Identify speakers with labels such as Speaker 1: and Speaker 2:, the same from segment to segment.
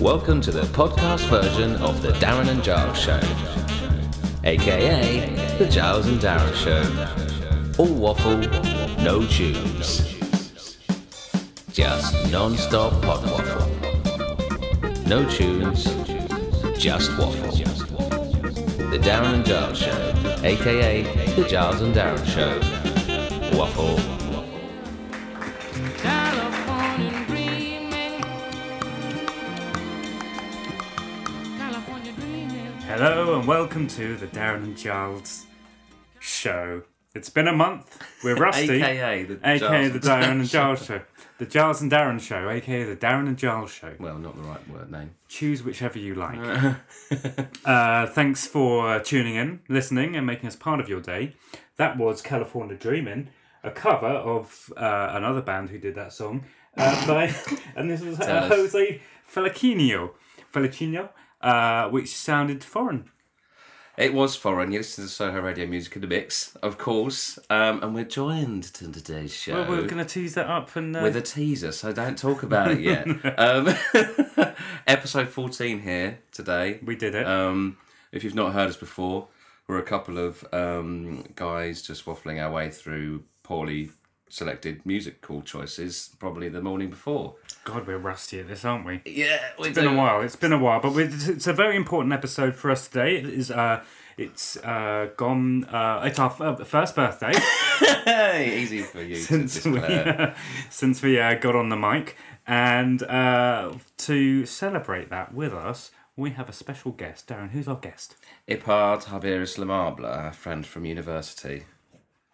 Speaker 1: Welcome to the podcast version of The Darren and Giles Show, aka The Giles and Darren Show. All waffle, no tubes. Just non stop pod waffle. No tunes, just waffle. The Darren and Giles Show, aka The Giles and Darren Show. Waffle.
Speaker 2: California dreaming. California dreaming.
Speaker 3: Hello and welcome to the Darren and Giles show. It's been a month. We're rusty.
Speaker 1: AKA the
Speaker 3: AKA
Speaker 1: Giles
Speaker 3: the
Speaker 1: and
Speaker 3: Darren and Giles show. The Giles and Darren show, aka the Darren and Giles show.
Speaker 1: Well, not the right word name.
Speaker 3: Choose whichever you like. uh, thanks for tuning in, listening, and making us part of your day. That was California Dreamin', a cover of uh, another band who did that song. Uh, by, and this was
Speaker 1: Tell
Speaker 3: uh,
Speaker 1: us.
Speaker 3: Jose Felicino, Felicino, uh, which sounded foreign.
Speaker 1: It was foreign. You listen to Soho Radio Music in the Mix, of course. Um, and we're joined to today's show
Speaker 3: Well, we're going to tease that up and uh,
Speaker 1: with a teaser, so don't talk about it yet. um, episode 14 here today.
Speaker 3: we did it.
Speaker 1: Um, if you've not heard us before, we're a couple of um, guys just waffling our way through poorly selected musical choices, probably the morning before.
Speaker 3: God, we're rusty at this, aren't we? It's
Speaker 1: Yeah, we
Speaker 3: been a while. It's been a while, but we it's a very important episode for us today. It is. Uh, it's uh, gone. Uh, it's our f- uh, first birthday
Speaker 1: Hey, easy for you to
Speaker 3: since we
Speaker 1: declare.
Speaker 3: since we uh, got on the mic, and uh, to celebrate that with us, we have a special guest. Darren, who's our guest?
Speaker 1: Ipad Habiris Lamabla, a friend from university.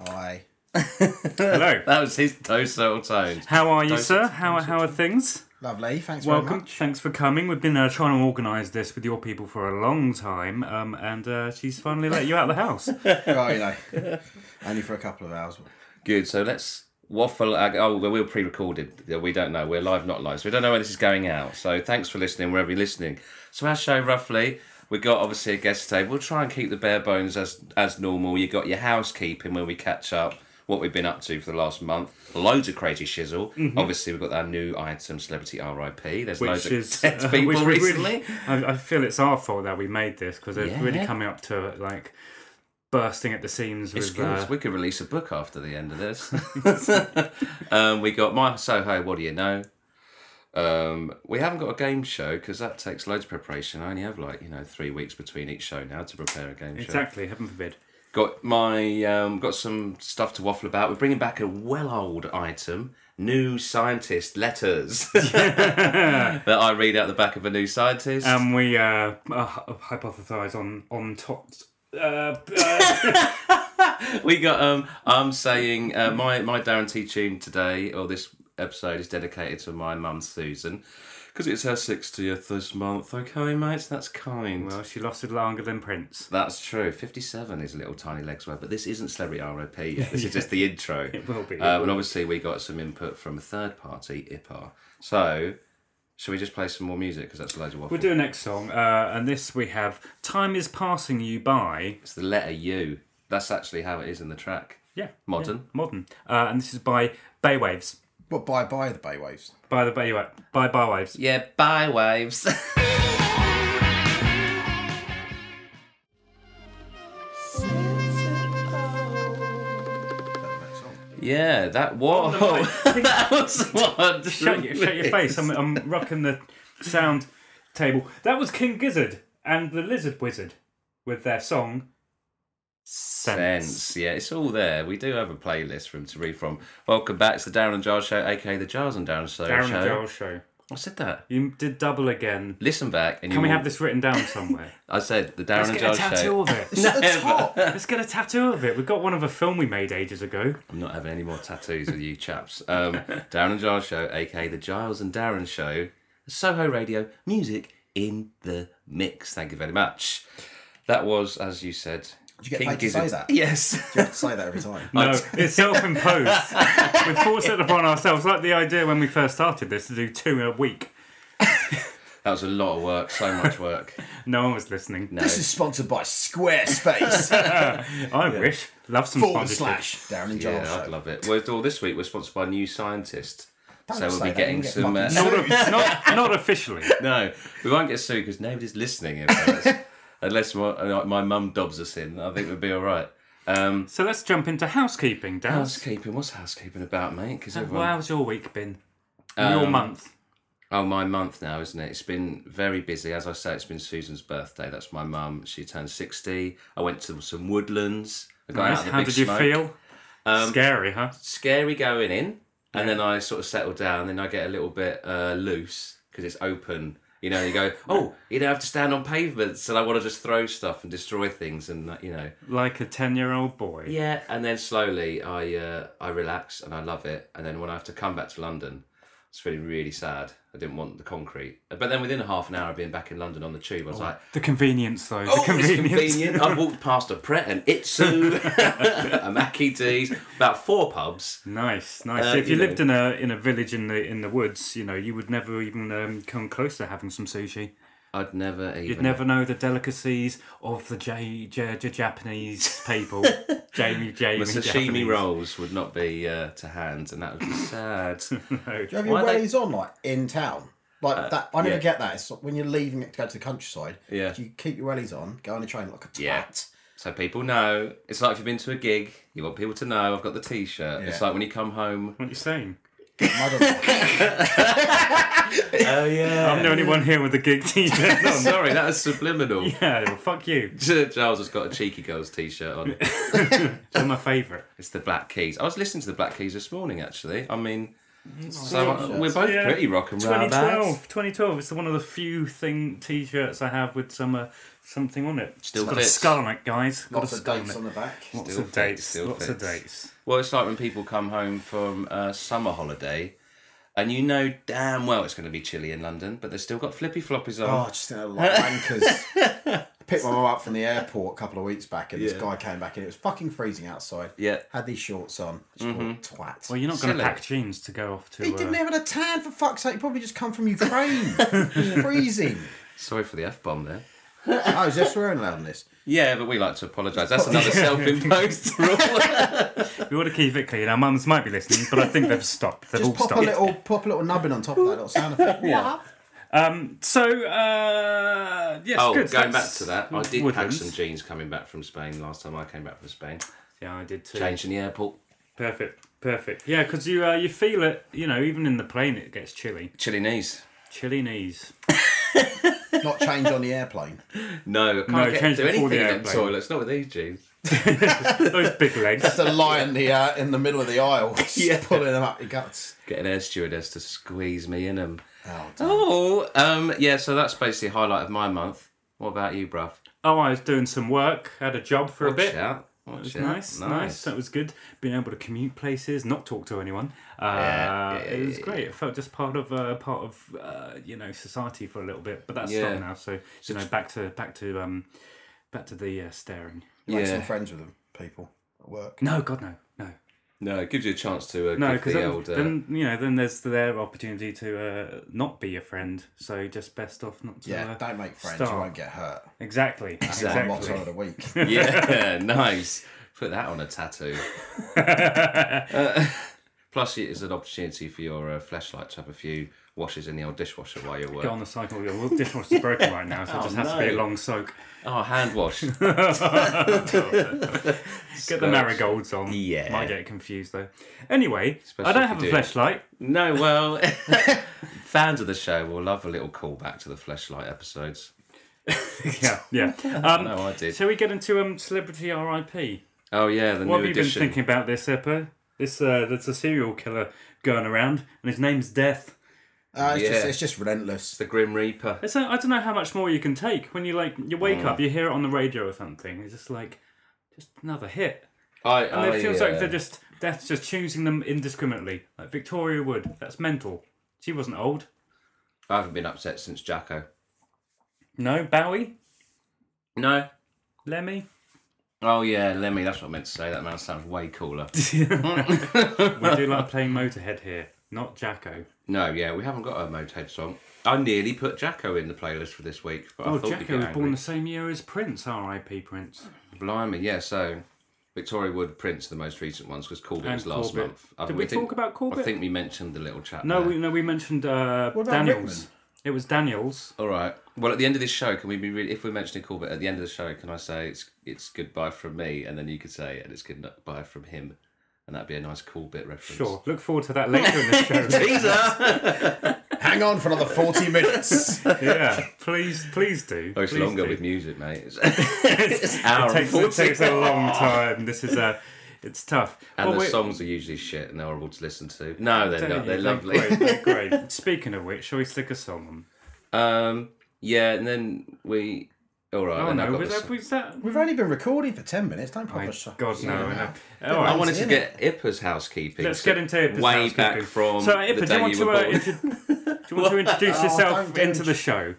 Speaker 4: Hi.
Speaker 3: Hello.
Speaker 1: That was his docile tone.
Speaker 3: How are you,
Speaker 1: Uh, Don't
Speaker 3: sir?
Speaker 1: sit-
Speaker 3: How are, how are things?
Speaker 4: Lovely. Thanks very
Speaker 3: Welcome.
Speaker 4: much.
Speaker 3: Thanks for coming. We've been uh, trying to organise this with your people for a long time, um, and uh, she's finally let you out of the house.
Speaker 4: well, you know, only for a couple of hours.
Speaker 1: Good. So let's waffle. uh, Oh, well, we're pre-recorded. Yeah, We don't know. We're live, not live. So we don't know where this is going out. So thanks for listening wherever you're listening. So our show roughly. We got obviously a guest today. We'll try and keep the bare bones as as normal. You got your housekeeping where we catch up what we've been up to for the last month. Loads of crazy shizzle. Obviously, we've got our new item, celebrity RIP. There's loads
Speaker 3: Mm-hmm. which
Speaker 1: of
Speaker 3: is
Speaker 1: dead
Speaker 3: uh,
Speaker 1: people
Speaker 3: which we
Speaker 1: recently.
Speaker 3: Really, I, I feel it's our fault that we made this because it's
Speaker 1: Yeah.
Speaker 3: really coming up to like bursting at the seams
Speaker 1: It's
Speaker 3: with.
Speaker 1: good.
Speaker 3: Uh,
Speaker 1: We could release a book after the end of this. um, we got my Soho. What do you know? Um, we haven't got a game show because that takes loads of preparation. I only have like you know three weeks between each show now to prepare a game show.
Speaker 3: exactly. Heaven forbid.
Speaker 1: Got my um, got some stuff to waffle about. We're bringing back a well old item. New scientist letters that I read out the back of a new scientist.
Speaker 3: And we uh, uh, hypothesize on on top. Uh, uh,
Speaker 1: we got um i'm saying uh, my my guarantee tune today or this episode is dedicated to my mum susan because it's her 60th this month okay mates that's kind
Speaker 3: well, she lasted longer than Prince.
Speaker 1: that's true 57 is little tiny legs away but this isn't celebrity rop yet this is just the intro it
Speaker 3: will be, it
Speaker 1: uh, and obviously we got some input from a third party ipar so should we just play some more music because that's loads of waffle
Speaker 3: We'll do a next song, uh, and this we have "Time Is Passing You By."
Speaker 1: it's the letter u that's actually how it is in the track
Speaker 3: Yeah,
Speaker 1: Modern.
Speaker 3: yeah, modern, uh, and this is by Baywaves.
Speaker 4: Well, bye bye the bay waves.
Speaker 3: By the Bay by Baywaves.
Speaker 1: yeah bye waves yeah that was that was one
Speaker 3: Shut your, shut your face. I'm, I'm rocking the sound table. That was King Gizzard and the Lizard Wizard with their song Sense.
Speaker 1: sense. Yeah, it's all there. We do have a playlist for him to read from. Welcome back to the Darren and Giles Show, aka the Giles and Darren Show.
Speaker 3: Darren
Speaker 1: show.
Speaker 3: and Joel show.
Speaker 1: I said that.
Speaker 3: You did double again.
Speaker 1: Listen back, and
Speaker 3: Can
Speaker 1: you
Speaker 3: we
Speaker 1: will-
Speaker 3: have this written down somewhere?
Speaker 1: I said the Darren
Speaker 3: Let's
Speaker 1: and
Speaker 3: get a
Speaker 1: Giles
Speaker 3: tattoo
Speaker 1: Show.
Speaker 3: of it.
Speaker 4: It's at the top.
Speaker 3: Let's get a tattoo of it. We got one of a film we made ages ago.
Speaker 1: I'm not having any more tattoos with you chaps. Um, Darren and Giles Show, aka the Giles and Darren Show, Soho Radio, music in the mix. Thank you very much. That was, as you said. Did
Speaker 4: you get paid to say that?
Speaker 1: Yes.
Speaker 4: You have to say that every time.
Speaker 3: No, it's self-imposed. we forced it upon ourselves. Like the idea when we first started this to do two in a week.
Speaker 1: That was a lot of work, so much work.
Speaker 3: No one was listening.
Speaker 4: This is sponsored by Squarespace
Speaker 3: I wish. Love some
Speaker 4: forward
Speaker 3: sponsorship.
Speaker 4: slash Darren and Giles.
Speaker 1: Yeah, I'd
Speaker 4: show.
Speaker 1: love it. Well, it's all this week we're sponsored by New Scientist. so we'll
Speaker 4: say
Speaker 1: be
Speaker 4: that,
Speaker 1: getting
Speaker 4: we'll get
Speaker 1: some.
Speaker 4: fucking
Speaker 1: uh,
Speaker 3: Not, not, not officially.
Speaker 1: no, we won't get sued because nobody's listening. If that's- unless my, uh, my mum dobs us in, I think we'll be all right. Um,
Speaker 3: So let's jump into housekeeping, Dan.
Speaker 1: housekeeping. What's housekeeping Um, about, mate? Because
Speaker 3: So
Speaker 1: everyone.
Speaker 3: How's your week been? your month.
Speaker 1: Oh, my month now, isn't it? It's been very busy. As I say, it's been Susan's birthday. That's my mum. She turned sixty. I went to some woodlands. I got out
Speaker 3: Nice.
Speaker 1: of the
Speaker 3: How
Speaker 1: big
Speaker 3: did you
Speaker 1: smoke. Um,
Speaker 3: feel? Scary, huh?
Speaker 1: scary going in, and then I sort of settle down. Then I get a little bit uh, loose because it's open. You know, you go, oh, you don't have to stand on pavements, and I want to just throw stuff and destroy things, and uh, you know,
Speaker 3: Like a ten-year-old boy.
Speaker 1: yeah. And then slowly, I uh, I relax and I love it. And then when I have to come back to London, it's feeling really sad. I didn't want the concrete, but then within half an hour of being back in London on the tube, I was like,
Speaker 3: The convenience, though.
Speaker 1: Oh,
Speaker 3: the convenience.
Speaker 1: it's convenient. I've walked past a Pret and Itsu, a Mackie D's, about four pubs.
Speaker 3: Nice, nice.
Speaker 1: Uh,
Speaker 3: So if you,
Speaker 1: you know.
Speaker 3: lived in a in a village in the in the woods, you know you would never even um, come close to having some sushi.
Speaker 1: I'd never even.
Speaker 3: You'd never know the delicacies of the J, J, J- Japanese people. Jamie, Jamie,
Speaker 1: The sashimi
Speaker 3: Japanese.
Speaker 1: rolls would not be uh, to hand, and that would be sad.
Speaker 4: Do you have
Speaker 1: Why
Speaker 4: your
Speaker 1: they- Uh,
Speaker 4: wellies on like in town? Like that, I never
Speaker 1: yeah.
Speaker 4: get that. It's like when you're leaving it to go to the countryside.
Speaker 1: Yeah.
Speaker 4: do you keep your wellies on? Go on the train like a twat.
Speaker 1: Yeah. so people know. It's like if you've been to a gig, you want people to know I've got the T-shirt. It's
Speaker 4: Yeah.
Speaker 1: like when you come home.
Speaker 3: What are you saying?
Speaker 4: Motherfucker.
Speaker 1: Oh yeah.
Speaker 3: I'm the only one here with a gig t-shirt on.
Speaker 1: Sorry, that was subliminal.
Speaker 3: yeah, well, fuck you.
Speaker 1: Charles has got a cheeky girl's T-shirt on.
Speaker 3: You're my favourite.
Speaker 1: It's the Black Keys. I was listening to the Black Keys this morning, actually. I mean, so uh, we're both
Speaker 3: Yeah.
Speaker 1: pretty rock and roll.
Speaker 3: 2012, 2012. It's one of the few thing t-shirts I have with some uh, something on it.
Speaker 1: Still
Speaker 3: It's got
Speaker 1: fits.
Speaker 3: a skull on it, guys. Got
Speaker 4: Lots
Speaker 3: a
Speaker 4: of
Speaker 3: skull
Speaker 4: dates
Speaker 3: on
Speaker 4: on
Speaker 3: it.
Speaker 4: the back.
Speaker 3: Lots
Speaker 1: Still
Speaker 3: of
Speaker 1: fits,
Speaker 3: dates.
Speaker 1: still
Speaker 3: lots of
Speaker 1: fits.
Speaker 3: dates.
Speaker 1: Well, it's like when people come home from a summer holiday, and you know damn well it's going to be chilly in London, but they've still got flippy floppies
Speaker 4: Oh, I
Speaker 1: on.
Speaker 4: just think they're like wankers. I Picked my mum up from the airport a couple of weeks back, and
Speaker 1: Yeah.
Speaker 4: this guy came back, and it was fucking freezing outside.
Speaker 1: Yeah. Mm-hmm.
Speaker 4: had these shorts on. Just thought, twat.
Speaker 3: Well, you're not going to
Speaker 1: Silly.
Speaker 3: pack jeans to go off to.
Speaker 4: he
Speaker 3: uh,
Speaker 4: didn't have a tan for fuck's sake. He probably just come from Ukraine. it was freezing.
Speaker 1: Sorry for the f bomb there.
Speaker 4: I was just swearing loud on this.
Speaker 1: Yeah, but we like to apologise. That's another self-imposed rule.
Speaker 3: We want to keep it clean. Our mums might be listening, but I think they've stopped. They've
Speaker 4: Just
Speaker 3: all
Speaker 4: pop
Speaker 3: stopped.
Speaker 4: a little, pop a little nubbin on top of that little sound effect.
Speaker 1: Yeah.
Speaker 3: Um, So, uh, yes,
Speaker 1: Oh,
Speaker 3: good.
Speaker 1: going back
Speaker 3: That's
Speaker 1: to that, I did pack
Speaker 3: Woodlands.
Speaker 1: some jeans coming back from Spain last time I came back from Spain.
Speaker 3: Yeah, I did too.
Speaker 1: Changed in the airport,
Speaker 3: Perfect, perfect. Yeah, because you uh, you feel it. You know, even in the plane, it gets chilly.
Speaker 1: chilly knees.
Speaker 3: Chilly knees.
Speaker 4: Not change on the airplane.
Speaker 1: No, I can't
Speaker 3: No,
Speaker 1: get
Speaker 3: changed
Speaker 1: do
Speaker 3: before
Speaker 1: anything
Speaker 3: the
Speaker 1: in them
Speaker 3: airplane.
Speaker 1: toilets. Not with these jeans.
Speaker 3: Those big legs.
Speaker 4: Just a lie in the uh, in the middle of the aisle, just pulling them up your guts.
Speaker 1: Get an air stewardess to squeeze me in them.
Speaker 4: Oh, damn.
Speaker 1: Oh, um, yeah. So that's basically the highlight of my month. What about you, bruv?
Speaker 3: Oh, I was doing some work. Had a job for a bit.
Speaker 1: Watch out. Watch
Speaker 3: It was
Speaker 1: out.
Speaker 3: nice, nice, That was good. Being able to commute places, not talk to anyone. Uh,
Speaker 1: Yeah, yeah,
Speaker 3: it
Speaker 1: yeah,
Speaker 3: was
Speaker 1: yeah,
Speaker 3: great. It felt just part of uh, part of uh, you know society for a little bit, but that's
Speaker 1: Yeah.
Speaker 3: stopped now. So you know, back to back to um, back to the uh, staring.
Speaker 4: Make some
Speaker 1: Yeah.
Speaker 4: friends with them, people at work.
Speaker 3: No, God, no, no,
Speaker 1: No, it gives you a chance to uh,
Speaker 3: no.
Speaker 1: give
Speaker 3: Because
Speaker 1: the
Speaker 3: then,
Speaker 1: old. Uh,
Speaker 3: then you know, then there's their opportunity to uh, not be a friend. So just best off not to.
Speaker 4: Yeah,
Speaker 3: uh,
Speaker 4: don't make friends.
Speaker 3: start.
Speaker 4: You won't get hurt.
Speaker 3: Exactly.
Speaker 4: That's my motto
Speaker 3: Exactly.
Speaker 4: of the week.
Speaker 1: yeah, nice. Put that on a tattoo. Uh, plus, it is an opportunity for your uh, flashlight to have a few washes in the old dishwasher while you're
Speaker 3: Go
Speaker 1: working.
Speaker 3: on the cycle. Your dishwasher's broken right now, so it just has to be a
Speaker 1: Oh, no.
Speaker 3: long soak.
Speaker 1: Oh, hand wash.
Speaker 3: Get the marigolds on.
Speaker 1: Yeah.
Speaker 3: Might get confused though. Anyway,
Speaker 1: Especially
Speaker 3: I don't
Speaker 1: if
Speaker 3: have a
Speaker 1: you do.
Speaker 3: flashlight.
Speaker 1: no, well, fans of the show will love a little callback to the flashlight episodes.
Speaker 3: Yeah, yeah. Um,
Speaker 1: No, I did.
Speaker 3: shall we get into um celebrity R.I.P.
Speaker 1: Oh yeah, the
Speaker 3: What
Speaker 1: new
Speaker 3: have you
Speaker 1: edition.
Speaker 3: been thinking about this, Eppo? This uh, there's a serial killer going around, and his name's Death.
Speaker 4: Uh, it's, just,
Speaker 1: Yeah.
Speaker 4: it's just relentless.
Speaker 1: The Grim Reaper.
Speaker 3: It's, uh, I don't know how much more you can take when you like you wake
Speaker 1: Mm.
Speaker 3: up, you hear it on the radio or something. It's just like just another hit,
Speaker 1: I,
Speaker 3: and
Speaker 1: I,
Speaker 3: it feels
Speaker 1: uh,
Speaker 3: like they're just Death's just choosing them indiscriminately. Like Victoria Wood, that's mental. She wasn't old.
Speaker 1: I haven't been upset since Jacko.
Speaker 3: No, Bowie,
Speaker 1: No.
Speaker 3: Lemmy.
Speaker 1: Oh yeah, Lemmy. That's what I meant to say. That man sounds way cooler.
Speaker 3: We do like playing Motorhead here, not Jacko.
Speaker 1: no, yeah, we haven't got a Motorhead song. I nearly put Jacko in the playlist for this week, but I
Speaker 3: Oh,
Speaker 1: thought
Speaker 3: Jacko
Speaker 1: we'd
Speaker 3: was
Speaker 1: get
Speaker 3: born
Speaker 1: angry.
Speaker 3: the same year as Prince, R.I.P. Prince.
Speaker 1: Blimey, yeah. So Victoria Wood Prince, the most recent ones, because Corbett
Speaker 3: And
Speaker 1: was last
Speaker 3: Corbett.
Speaker 1: month. I-
Speaker 3: Did we
Speaker 1: think-
Speaker 3: talk about Corbett?
Speaker 1: I think we mentioned the little chap.
Speaker 3: No,
Speaker 1: there.
Speaker 3: we, no, we mentioned uh,
Speaker 4: What about
Speaker 3: Daniels.
Speaker 4: Whitman?
Speaker 3: It was Daniels.
Speaker 1: All right. Well, at the end of this show, can we be really, if we're mentioning Corbett at the end of the show, can I say it's it's goodbye from me, and then you could say and it's goodbye from him, and that'd be a nice Corbett reference.
Speaker 3: Sure. Look forward to that later in the show.
Speaker 4: Hang on for another 40 minutes.
Speaker 3: yeah. Please, please do.
Speaker 1: Oh, it's
Speaker 3: Please
Speaker 1: longer
Speaker 3: do.
Speaker 1: with music, mate. It's, it's an hour and
Speaker 3: It takes, it
Speaker 1: 40.
Speaker 3: takes a long time. This is a. It's tough.
Speaker 1: And
Speaker 3: Oh,
Speaker 1: the
Speaker 3: wait.
Speaker 1: songs are usually shit and they're horrible to listen to. No, they're
Speaker 3: Tell
Speaker 1: not.
Speaker 3: you,
Speaker 1: They're lovely.
Speaker 3: Great, they're great. Speaking of which, shall we stick a song on?
Speaker 1: Um, yeah, and then we. All right.
Speaker 3: Oh
Speaker 1: then I've
Speaker 3: no,
Speaker 1: got
Speaker 3: was
Speaker 1: the
Speaker 3: that,
Speaker 1: song.
Speaker 3: was that?
Speaker 4: We've only been recording for 10 minutes. Don't
Speaker 3: My
Speaker 4: publish.
Speaker 3: God, no, no. All
Speaker 1: I
Speaker 3: right.
Speaker 1: wanted to
Speaker 4: in
Speaker 1: get Ippa's housekeeping.
Speaker 3: Let's
Speaker 1: so
Speaker 3: get into Ippa's
Speaker 1: way
Speaker 3: housekeeping.
Speaker 1: back from
Speaker 3: So, Ippa,
Speaker 1: the
Speaker 3: do you
Speaker 1: day
Speaker 3: want
Speaker 1: you
Speaker 3: to,
Speaker 1: were
Speaker 3: uh,
Speaker 1: born.
Speaker 3: intro- do you want to introduce
Speaker 4: Oh,
Speaker 3: yourself
Speaker 4: don't do
Speaker 3: into
Speaker 4: it.
Speaker 3: the show?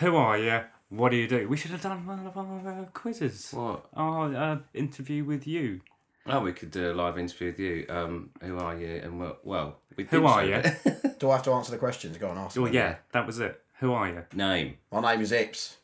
Speaker 3: Who are you? What do you do? We should have done one of our uh, quizzes.
Speaker 1: What?
Speaker 3: Our uh, interview with you.
Speaker 1: Oh, we could do a live interview with you. Um, who are you? And well, well we
Speaker 3: Who
Speaker 1: did
Speaker 3: are
Speaker 1: say
Speaker 3: you?
Speaker 1: that.
Speaker 4: Do I have to answer the questions? Go and ask.
Speaker 1: Oh,
Speaker 3: Well,
Speaker 4: them.
Speaker 3: Oh, yeah, that was it. Who are you?
Speaker 1: Name.
Speaker 4: My name is Ips.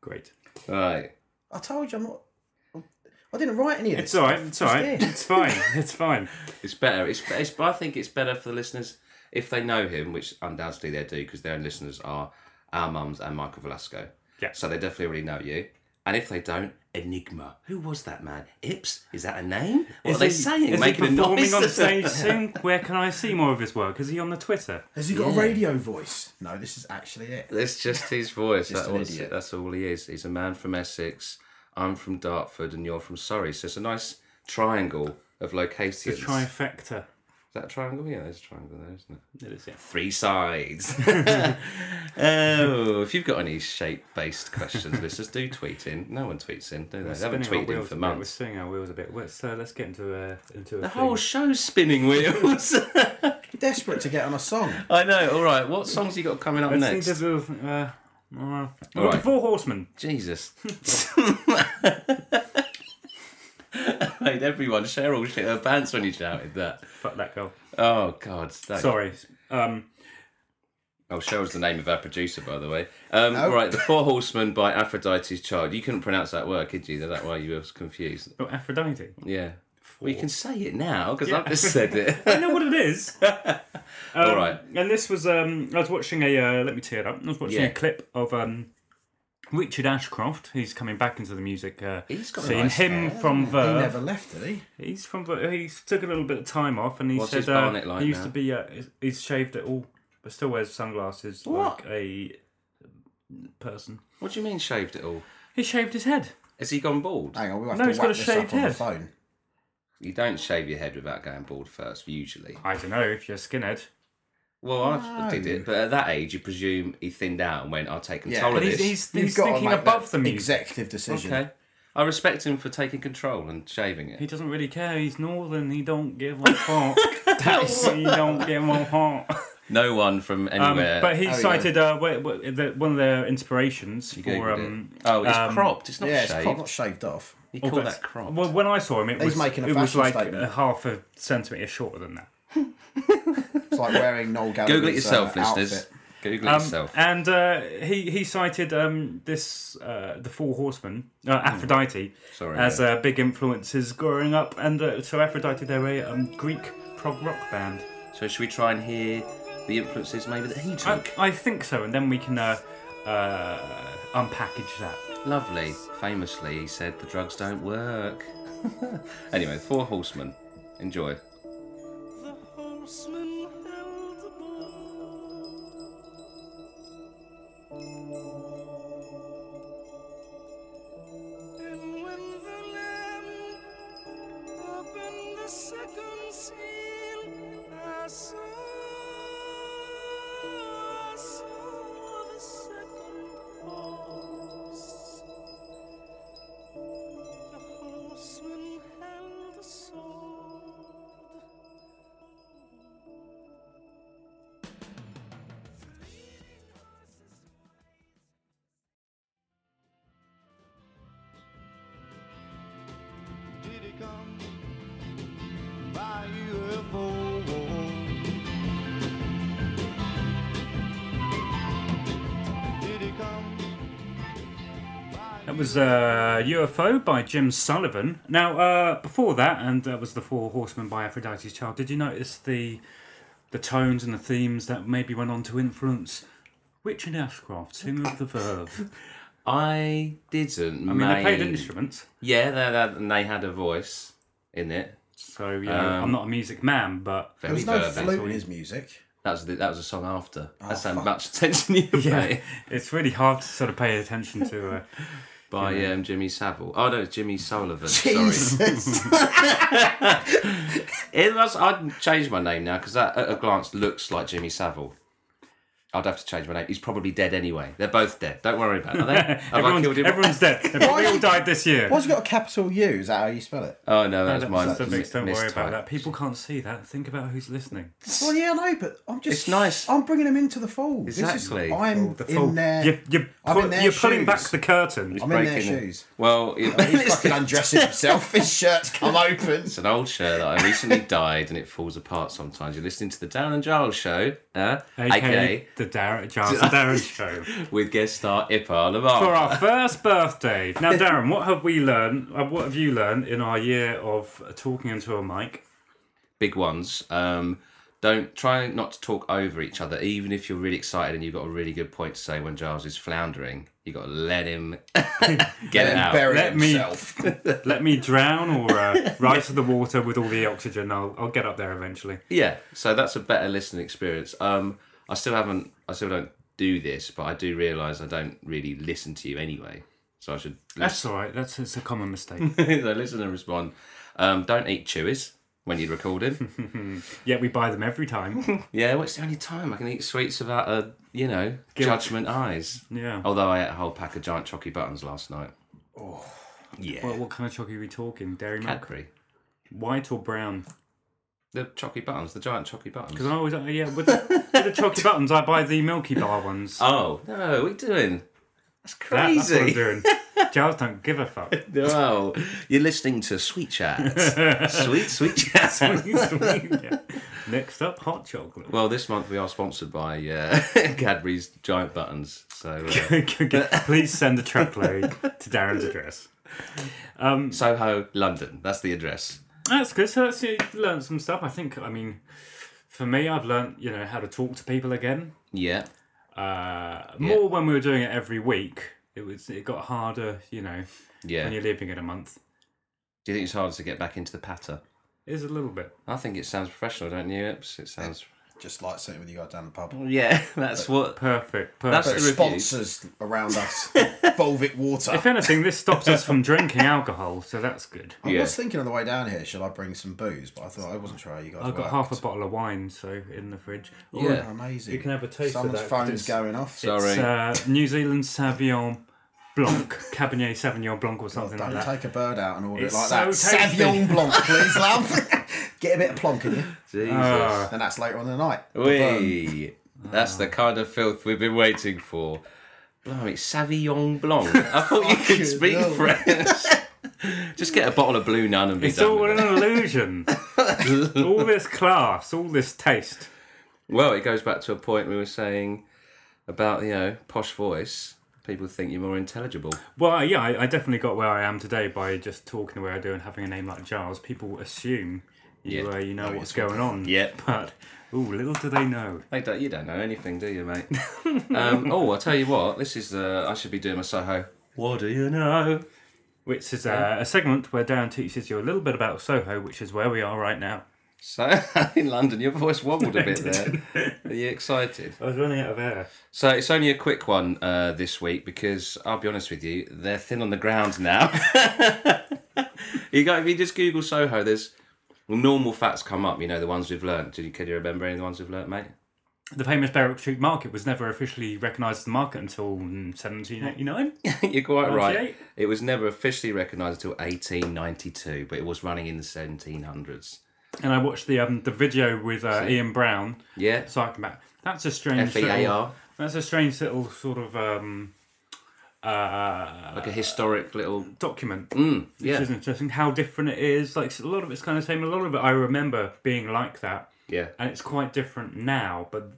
Speaker 3: Great.
Speaker 1: Right.
Speaker 4: I told you I'm not. I didn't write any of this.
Speaker 3: It's all right. It's all right.
Speaker 4: Just here.
Speaker 3: It's fine. It's fine.
Speaker 1: It's better. It's, it's. I think it's better for the listeners if they know him, which undoubtedly they do, because their listeners are our mums and Michael Velasco.
Speaker 3: Yeah.
Speaker 1: So they definitely already know you. And if they don't, Enigma. Who was that man? Ips? Is that a name? What
Speaker 3: Is
Speaker 1: are they
Speaker 3: he-
Speaker 1: saying?
Speaker 3: Is
Speaker 1: Making
Speaker 3: he performing
Speaker 1: a noise?
Speaker 3: on stage soon? Where can I see more of his work? Is he on the Twitter?
Speaker 4: Has he got a radio voice? No, this is actually it.
Speaker 1: It's just his voice.
Speaker 4: Just
Speaker 1: that
Speaker 4: an
Speaker 1: was it.
Speaker 4: idiot.
Speaker 1: That's all he is. He's a man from Essex. I'm from Dartford, and you're from Surrey. So it's a nice triangle of
Speaker 3: The
Speaker 1: locations. is
Speaker 3: trifecta.
Speaker 1: that a triangle? Yeah, there's a triangle there, isn't it?
Speaker 3: It is, yeah.
Speaker 1: Three sides. oh, if you've got any shape-based questions, listeners, do tweet in. No one tweets in, do they? They haven't
Speaker 3: Spinning our
Speaker 1: tweeted in
Speaker 3: wheels
Speaker 1: for
Speaker 3: a bit. We're
Speaker 1: months.
Speaker 3: spinning our wheels a bit. Well, So let's get into a into a
Speaker 1: The
Speaker 3: thing.
Speaker 1: whole show's spinning wheels.
Speaker 4: Desperate to get on a song.
Speaker 1: I know. All right, what songs you got coming up
Speaker 3: Let's
Speaker 1: next?
Speaker 3: think of, uh, uh, well,
Speaker 1: All right.
Speaker 3: Four Horsemen.
Speaker 1: Jesus. Made everyone Cheryl shit her pants when you shouted that.
Speaker 3: Fuck that girl.
Speaker 1: Oh God! That,
Speaker 3: Sorry. Um,
Speaker 1: Oh, Cheryl's the name of our producer, by the way. Um,
Speaker 4: Oh.
Speaker 1: Right, the Four Horsemen by Aphrodite's Child. You couldn't pronounce that word, could you? That's why you were confused.
Speaker 3: oh, Aphrodite.
Speaker 1: Yeah. Well, you can say it now because I've just said it.
Speaker 3: I know what it is.
Speaker 1: All right.
Speaker 3: And this was um, I was watching a uh, let me tear it up. I was watching
Speaker 1: Yeah.
Speaker 3: a clip of um, Richard Ashcroft. He's coming back into the music. Uh,
Speaker 1: He's got a
Speaker 3: scene.
Speaker 1: nice
Speaker 3: him
Speaker 1: hair,
Speaker 3: from
Speaker 4: He
Speaker 3: Verve.
Speaker 4: never left, did he?
Speaker 3: He's from Verve. He took a little bit of time off, and he
Speaker 1: What's
Speaker 3: said
Speaker 1: his
Speaker 3: uh,
Speaker 1: barnet like
Speaker 3: he used
Speaker 1: now?
Speaker 3: to be. Uh, he's shaved it all, but still wears sunglasses
Speaker 1: What?
Speaker 3: like a person.
Speaker 1: What do you mean shaved it all?
Speaker 3: He shaved his head.
Speaker 1: Has he gone bald?
Speaker 4: Hang on, we have
Speaker 3: No,
Speaker 4: to
Speaker 3: he's
Speaker 4: whack
Speaker 3: got a
Speaker 4: this
Speaker 3: shaved
Speaker 4: up on
Speaker 3: head.
Speaker 4: the phone.
Speaker 1: You don't shave your head without going bald first, usually.
Speaker 3: I don't know if you're a skinhead.
Speaker 1: Well, I did it, but at that age, you presume he thinned out and went, "I'll take control
Speaker 4: Yeah.
Speaker 1: of
Speaker 4: But
Speaker 3: But he's,
Speaker 1: this."
Speaker 3: he's,
Speaker 4: You've
Speaker 3: he's
Speaker 4: got to
Speaker 3: thinking
Speaker 4: make
Speaker 3: above
Speaker 4: that
Speaker 3: the music.
Speaker 4: executive decision.
Speaker 1: Okay. I respect him for taking control and shaving
Speaker 3: He
Speaker 1: it.
Speaker 3: doesn't really care. He's northern. He don't give a fuck. That is- he don't give a fuck.
Speaker 1: No one from
Speaker 3: Um,
Speaker 1: anywhere.
Speaker 3: but he
Speaker 4: Oh, yeah.
Speaker 3: cited uh, wait, wait, the, one of their inspirations for
Speaker 1: Googled it.
Speaker 3: um.
Speaker 1: oh, it's
Speaker 3: um,
Speaker 1: cropped. It's not
Speaker 4: Yeah, it's
Speaker 1: shaved.
Speaker 4: prob- not shaved off.
Speaker 1: You
Speaker 3: oh,
Speaker 1: call
Speaker 3: but-
Speaker 1: that cropped?
Speaker 3: Well, when I saw him, it
Speaker 4: He's
Speaker 3: was
Speaker 4: making a
Speaker 3: it was
Speaker 4: fashion
Speaker 3: like
Speaker 4: statement.
Speaker 3: a half a centimeter shorter than that.
Speaker 4: It's like wearing Noel Gallagher's
Speaker 1: Google it yourself,
Speaker 4: uh,
Speaker 1: listeners.
Speaker 4: outfit.
Speaker 1: Google it
Speaker 3: Um,
Speaker 1: yourself.
Speaker 3: and uh, he he cited um, this uh, the Four Horsemen, uh, Aphrodite,
Speaker 1: Hmm. Sorry,
Speaker 3: as
Speaker 1: yeah.
Speaker 3: uh, big influences growing up. And uh, so Aphrodite, they're a um, Greek prog rock band.
Speaker 1: so should we try and hear the influences maybe that he
Speaker 3: I,
Speaker 1: took?
Speaker 3: I think so, and then we can uh, uh, unpackage that.
Speaker 1: Lovely. Famously, he said the drugs don't work. anyway, Four Horsemen. Enjoy.
Speaker 5: The horseman held the bow. And when the lamb opened the second seal, I saw, I saw the second horse. The horseman held the sword.
Speaker 6: Did he come by oh, UFO?
Speaker 3: That was uh, UFO by Jim Sullivan. Now, uh, before that, and that was The Four Horsemen by Aphrodite's Child, did you notice the the tones and the themes that maybe went on to influence Richard Ashcroft, singer of The Verve?
Speaker 1: I didn't.
Speaker 3: I mean, they played instruments,
Speaker 1: Yeah, they, they, and they had a voice in it.
Speaker 3: so, you know, I'm
Speaker 1: Um,
Speaker 3: not a music man, but
Speaker 1: Very
Speaker 4: There was no
Speaker 1: Verve, that's
Speaker 4: flute
Speaker 1: all
Speaker 4: in
Speaker 1: you-
Speaker 4: his music.
Speaker 1: That was the, that was a song after.
Speaker 4: Oh,
Speaker 1: That's how
Speaker 4: fuck.
Speaker 1: much attention you
Speaker 3: yeah,
Speaker 1: pay
Speaker 3: it's really hard to sort of pay attention to. Uh,
Speaker 1: by um, Jimmy Savile. Oh no, it's Jimmy Sullivan. Sorry,
Speaker 4: Jesus.
Speaker 1: it was, I'd change my name now because that at a glance looks like Jimmy Savile. I'd have to change my name. He's probably dead anyway. They're both dead. Don't worry about it. Are they? Have I
Speaker 3: everyone's,
Speaker 1: killed him?
Speaker 3: everyone's dead. They
Speaker 4: Why-
Speaker 3: all died this year.
Speaker 4: Why's it got a capital U? Is that how you spell it?
Speaker 1: Oh no, that was
Speaker 3: That's
Speaker 1: mine.
Speaker 3: the mix, Don't worry
Speaker 1: Mistyped.
Speaker 3: about that. People can't see that. Think about who's listening.
Speaker 4: Well, yeah, I know, but I'm just.
Speaker 1: It's nice.
Speaker 4: I'm bringing him into the fold.
Speaker 1: Exactly.
Speaker 4: This is, I'm
Speaker 3: The full-
Speaker 4: in their.
Speaker 3: You're, you're,
Speaker 4: I'm
Speaker 3: pull-
Speaker 4: in their
Speaker 3: you're pulling back
Speaker 4: shoes.
Speaker 3: the curtain.
Speaker 4: I'm in their
Speaker 1: Breaking it.
Speaker 4: shoes.
Speaker 1: Well,
Speaker 4: He's
Speaker 1: it,
Speaker 4: fucking undressing himself. His shirt's come open.
Speaker 1: It's an old shirt that I recently dyed and it falls apart sometimes. You're listening to the Darren and Giles show, uh,
Speaker 3: AKA,
Speaker 1: aka
Speaker 3: the Darren Charles and Darren show
Speaker 1: with guest star Ipar Lamar.
Speaker 3: for our first birthday. Now, Darren, what have we learned? Uh, what have you learned in our year of talking into a mic?
Speaker 1: Big ones. Um, don't try not to talk over each other, even if you're really excited and you've got a really good point to say when Giles is floundering. You got to let him get it
Speaker 4: And
Speaker 1: out.
Speaker 4: bury
Speaker 3: Let me-
Speaker 4: himself.
Speaker 3: Let me drown or uh, rise to the water with all the oxygen. I'll, I'll get up there eventually.
Speaker 1: Yeah, so that's a better listening experience. Um, I still haven't, I still don't do this, but I do realise I don't really listen to you anyway. So I should
Speaker 3: That's all right. That's it's a common mistake.
Speaker 1: so listen and respond. Um, don't eat chewies when you're recording.
Speaker 3: Yet we buy them every time.
Speaker 1: yeah, what's the only time I can eat sweets without a you know judgment eyes?
Speaker 3: Yeah.
Speaker 1: Although I ate a whole pack of giant chalky buttons last night. Oh, yeah.
Speaker 3: Well, what kind of chocolate are we talking? Dairy milk,
Speaker 1: Cadbury.
Speaker 3: white or brown?
Speaker 1: The chalky buttons, the giant chalky buttons.
Speaker 3: Because I always, uh, yeah, with the, with the chocolate buttons, I buy the Milky Bar ones.
Speaker 1: Oh no, what are you doing? That's
Speaker 3: That- that's what I'm
Speaker 1: crazy.
Speaker 3: doing. Giles don't give a fuck.
Speaker 1: no, you're listening to Sweet Chat. sweet, sweet chat.
Speaker 3: Next up, hot chocolate.
Speaker 1: Well, this month we are sponsored by uh, Cadbury's giant buttons. So. Uh,
Speaker 3: Please send a truckload to Darren's address.
Speaker 1: Soho, London. That's the address.
Speaker 3: That's good. So that's you learned some stuff. I think. I mean, for me, I've learned you know how to talk to people again.
Speaker 1: Yeah.
Speaker 3: Uh, more when we were doing it every week. It was it got harder. You know,
Speaker 1: Yeah.
Speaker 3: when you're leaving in a month,
Speaker 1: Do you think it's harder to get back into the patter?
Speaker 3: it is a little bit.
Speaker 1: I think it sounds professional, don't you? Ips? It sounds.
Speaker 4: Just like something when you go down the pub.
Speaker 1: Yeah, that's what.
Speaker 3: Perfect.
Speaker 1: That's
Speaker 3: Perfect.
Speaker 1: the review.
Speaker 4: Sponsors around us. Volvic Water.
Speaker 3: If anything, this stops us from drinking alcohol, so that's good.
Speaker 4: I
Speaker 1: Yeah.
Speaker 4: was thinking on the way down here, should I bring some booze? But I thought I wasn't sure how you guys.
Speaker 3: I got
Speaker 4: worked.
Speaker 3: half a bottle of wine, so in the fridge.
Speaker 1: Yeah.
Speaker 4: Oh, amazing.
Speaker 3: You can have a taste of
Speaker 4: Someone's
Speaker 3: that, 'cause
Speaker 4: phone's
Speaker 3: it's-
Speaker 4: going off.
Speaker 1: Sorry.
Speaker 3: It's uh, New Zealand Savion Blanc, Cabernet Sauvignon Blanc, or
Speaker 4: Oh,
Speaker 3: something
Speaker 4: don't
Speaker 3: like that.
Speaker 4: take a bird out and order
Speaker 3: It's
Speaker 4: it like
Speaker 3: so
Speaker 4: that.
Speaker 3: tasty.
Speaker 4: Savion Blanc, please, love. Get a bit of plonk in you.
Speaker 1: Jesus.
Speaker 3: Ah.
Speaker 4: And that's later on in the night. The burn.
Speaker 1: Wee. That's the kind of filth we've been waiting for. Blimey, Savillon Blanc. I thought you could
Speaker 4: Fucking
Speaker 1: speak
Speaker 4: hell.
Speaker 1: French. Just get a bottle of Blue Nun and be
Speaker 3: It's
Speaker 1: done.
Speaker 3: all
Speaker 1: with
Speaker 3: an
Speaker 1: it.
Speaker 3: illusion. all this class, all this taste.
Speaker 1: Well, it goes back to a point we were saying about you know posh voice. People think you're more intelligible.
Speaker 3: Well, yeah, I, I definitely got where I am today by just talking the way I do and having a name like Giles. People assume you,
Speaker 1: Yeah.
Speaker 3: uh, you know what's going on.
Speaker 1: Yep.
Speaker 3: But, ooh, little do they know.
Speaker 1: They don't, you don't know anything, do you, mate? um, oh, I'll tell you what, this is the. I should be doing my Soho. What do you know?
Speaker 3: Which is uh, a segment where Darren teaches you a little bit about Soho, which is where we are right now.
Speaker 1: So, in London, your voice wobbled a bit there. Are you excited?
Speaker 3: I was running out of air.
Speaker 1: So, it's only a quick one uh, this week because I'll be honest with you, they're thin on the ground now. you go, if you just Google Soho, there's normal facts come up, you know, the ones we've learnt. Did you, can you remember any of the ones we've learnt, mate?
Speaker 3: The famous Berwick Street Market was never officially recognised as the market until mm, 1789.
Speaker 1: You're quite right.
Speaker 3: 98?
Speaker 1: It was never officially recognised until 1892, but it was running in the 1700s.
Speaker 3: And I watched the um, the video with uh, Ian Brown
Speaker 1: Yeah.
Speaker 3: cycling back. That's a strange.
Speaker 1: F E A R.
Speaker 3: Little, that's a strange little sort of um, uh,
Speaker 1: like a historic little mm,
Speaker 3: document, which
Speaker 1: yeah
Speaker 3: is interesting. How different it is. Like a lot of it's kind of the same. A lot of it I remember being like that,
Speaker 1: yeah
Speaker 3: and it's quite different now. But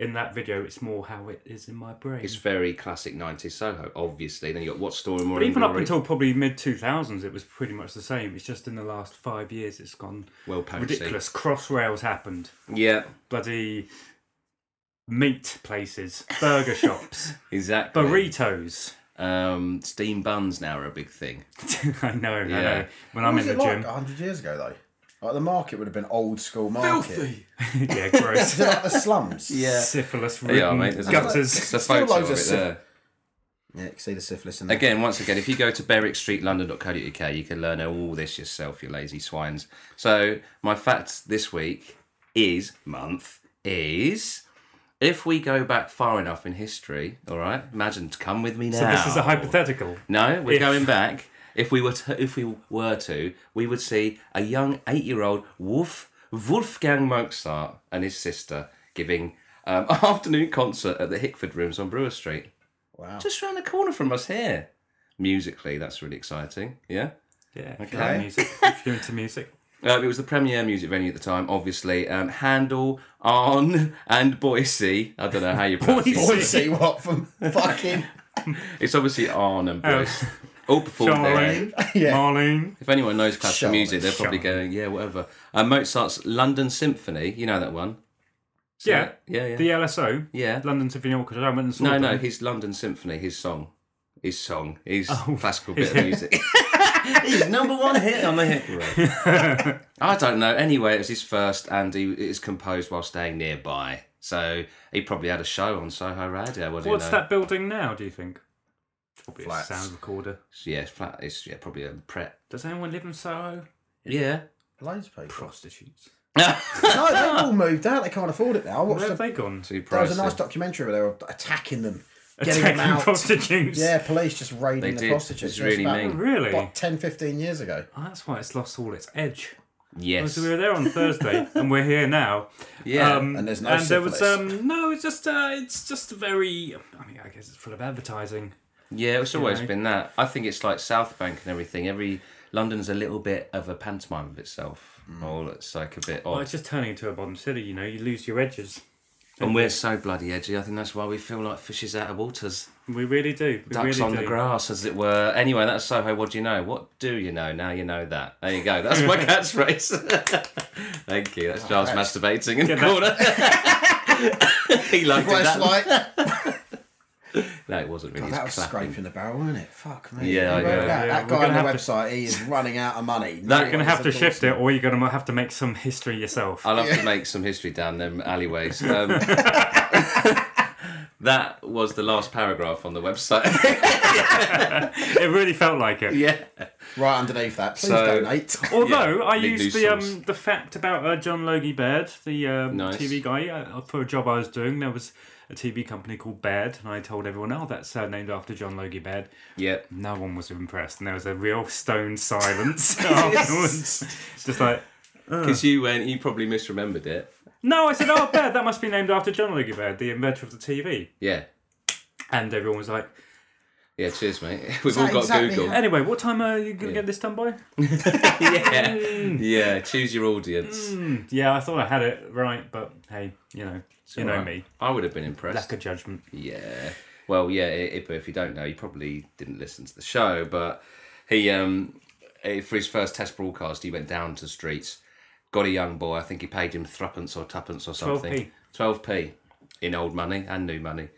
Speaker 3: in that video, it's more how it is in my brain.
Speaker 1: It's very classic 90s Soho, obviously. Then you got What Story More
Speaker 3: but
Speaker 1: Than
Speaker 3: even up
Speaker 1: Glory?
Speaker 3: until probably mid 2000s, it was pretty much the same. It's just in the last five years, it's gone
Speaker 1: Well, Patsy.
Speaker 3: ridiculous. Crossrails happened.
Speaker 1: Yeah,
Speaker 3: Bloody meat places, burger shops,
Speaker 1: exactly.
Speaker 3: burritos.
Speaker 1: Um, steam buns now are a big thing.
Speaker 3: I know, I
Speaker 1: Yeah.
Speaker 3: know. When I'm in
Speaker 4: was
Speaker 3: the
Speaker 4: it like
Speaker 3: gym,
Speaker 4: 100 years ago, though? Like, the market would have been old school market. Filthy!
Speaker 3: yeah, gross.
Speaker 4: Like the slums. Oh. yeah.
Speaker 3: Syphilis ridden
Speaker 1: Yeah, mate. There's a-
Speaker 3: gutters.
Speaker 1: It's a
Speaker 4: Still
Speaker 1: photo of
Speaker 4: loads of
Speaker 1: it
Speaker 4: syph-
Speaker 1: there.
Speaker 4: Yeah, you can see the syphilis in there.
Speaker 1: Again, once again, if you go to berwickstreetlondon.co.uk, you can learn all this yourself, you lazy swines. So, my fact this week is, month, is if we go back far enough in history, all right, imagine, come with me now.
Speaker 3: So this is a hypothetical.
Speaker 1: No, we're
Speaker 3: If-
Speaker 1: going back. If we were to, if we were to, we would see a young eight-year-old Wolf Wolfgang Mozart and his sister giving um, afternoon concert at the Hickford Rooms on Brewer Street,
Speaker 4: Wow.
Speaker 1: just round the corner from us here. Musically, that's really exciting. Yeah.
Speaker 3: Yeah, if
Speaker 1: Okay.
Speaker 3: you like music, if you're into music.
Speaker 1: Uh, it was the premier music venue at the time, obviously. Um, Handel, Arn, and Boise. I don't know how you pronounce it.
Speaker 4: Boy, see what from fucking.
Speaker 1: It's obviously Arn and Boise. All performed there.
Speaker 3: Charlene,
Speaker 4: Yeah.
Speaker 3: Marlene.
Speaker 1: If anyone knows classical
Speaker 4: Shut
Speaker 1: music, they're probably
Speaker 3: up.
Speaker 1: going, yeah, whatever. Uh, Mozart's London Symphony, you know that one? Is
Speaker 3: Yeah.
Speaker 1: that- yeah, yeah.
Speaker 3: The LSO,
Speaker 1: yeah.
Speaker 3: London Symphony Orchestra. I went and saw
Speaker 1: No,
Speaker 3: them.
Speaker 1: no, his London Symphony, his song. His song, his
Speaker 3: Oh.
Speaker 1: classical
Speaker 3: his
Speaker 1: bit of
Speaker 3: hit.
Speaker 1: music. his number one hit on the hit parade. I don't know. Anyway, it was his first, and he it was composed while staying nearby. So he probably had a show on Soho Radio. What do
Speaker 3: What's
Speaker 1: you know?
Speaker 3: that building now? Do you think? Probably a
Speaker 4: Flats.
Speaker 3: sound recorder.
Speaker 1: Yeah, it's flat. It's yeah, probably a prep.
Speaker 3: Does anyone live in Soho?
Speaker 1: Yeah.
Speaker 4: Loads of people.
Speaker 3: Prostitutes.
Speaker 4: No, they've all moved out. They can't afford it now. I watched
Speaker 3: Where
Speaker 4: a,
Speaker 3: have they gone?
Speaker 1: Too
Speaker 4: there was a
Speaker 1: pricey.
Speaker 4: nice documentary where they were attacking them, getting
Speaker 3: Attacking
Speaker 4: them out.
Speaker 3: prostitutes.
Speaker 4: Yeah, police just raiding
Speaker 1: They
Speaker 4: the
Speaker 1: did.
Speaker 4: prostitutes.
Speaker 1: It's
Speaker 4: It was
Speaker 1: really
Speaker 4: about,
Speaker 1: mean.
Speaker 3: Really?
Speaker 4: About 10, 15 years ago.
Speaker 3: Oh, that's why it's lost all its edge.
Speaker 1: Yes.
Speaker 3: So we were there on Thursday, and we're here now.
Speaker 1: Yeah.
Speaker 3: Um,
Speaker 4: And there's no
Speaker 3: And there was
Speaker 4: syphilis.
Speaker 3: um no, it's just uh, it's just a very. I mean, I guess it's full of advertising.
Speaker 1: Yeah, it's always
Speaker 3: know?
Speaker 1: been that. I think it's like South Bank and everything. Every London's a little bit of a pantomime of itself.
Speaker 3: Mm.
Speaker 1: All it's like a bit
Speaker 3: Well,
Speaker 1: odd.
Speaker 3: it's just turning into a modern city. You know, you lose your edges.
Speaker 1: And we're so bloody edgy. I think that's why we feel like fishes out of waters,
Speaker 3: We really do. We
Speaker 1: ducks
Speaker 3: really
Speaker 1: on
Speaker 3: do.
Speaker 1: the grass, as it were. Anyway, that's Soho. What do you know? What do you know? Now you know that. There you go. That's my catchphrase. Thank you.
Speaker 3: Oh,
Speaker 1: That's Giles masturbating in the corner. he liked it. That.
Speaker 4: Flashlight. That,
Speaker 1: No, it wasn't really.
Speaker 4: that was
Speaker 1: He's clapping.
Speaker 4: scraping the barrel, wasn't it? Fuck me.
Speaker 1: Yeah, I
Speaker 4: Remember
Speaker 1: know.
Speaker 3: Yeah,
Speaker 4: That, that
Speaker 3: we're
Speaker 4: guy on
Speaker 3: gonna
Speaker 4: the
Speaker 3: have to-
Speaker 4: website, he is running out of money.
Speaker 1: That-
Speaker 3: You're gonna have to shift it, or you're gonna have to make some history yourself.
Speaker 1: I'll have to make some history down them alleyways. Um, that was the last paragraph on the website.
Speaker 3: it really felt like it.
Speaker 1: yeah.
Speaker 4: Right underneath that. Please
Speaker 1: So-
Speaker 4: donate.
Speaker 3: Although
Speaker 1: Yeah,
Speaker 3: I
Speaker 1: big
Speaker 3: used
Speaker 1: new
Speaker 3: the
Speaker 1: source.
Speaker 3: um, the fact about uh, John Logie Baird, the um,
Speaker 1: Nice.
Speaker 3: TV guy, uh, for a job I was doing. There was a TV company called Baird, and I told everyone, "Oh, that's uh, named after John Logie Baird."
Speaker 1: Yeah.
Speaker 3: No one was impressed, and there was a real stone silence afterwards. Just like,
Speaker 1: Because you went, you probably misremembered it.
Speaker 3: no, I said, "Oh, Baird, that must be named after John Logie Baird, the inventor of the TV,"
Speaker 1: Yeah.
Speaker 3: and everyone was like.
Speaker 1: Yeah, cheers, mate. We've
Speaker 4: that
Speaker 1: all got
Speaker 4: exactly
Speaker 1: Google.
Speaker 4: how-
Speaker 3: Anyway, what time are you gonna
Speaker 1: Yeah.
Speaker 3: get this done by?
Speaker 1: yeah. Yeah, choose your audience.
Speaker 3: Yeah, I thought I had it right, but hey, you know, you know
Speaker 1: Alright.
Speaker 3: me,
Speaker 1: I would have been impressed.
Speaker 3: lack of judgment.
Speaker 1: Yeah. Well, yeah, I- Ipa, if you don't know, you probably didn't listen to the show, but he, um, eh, for his first test broadcast, he went down to the streets, got a young boy, I think he paid him threepence or tuppence or something.
Speaker 3: 12p.
Speaker 1: 12p. in old money and new money,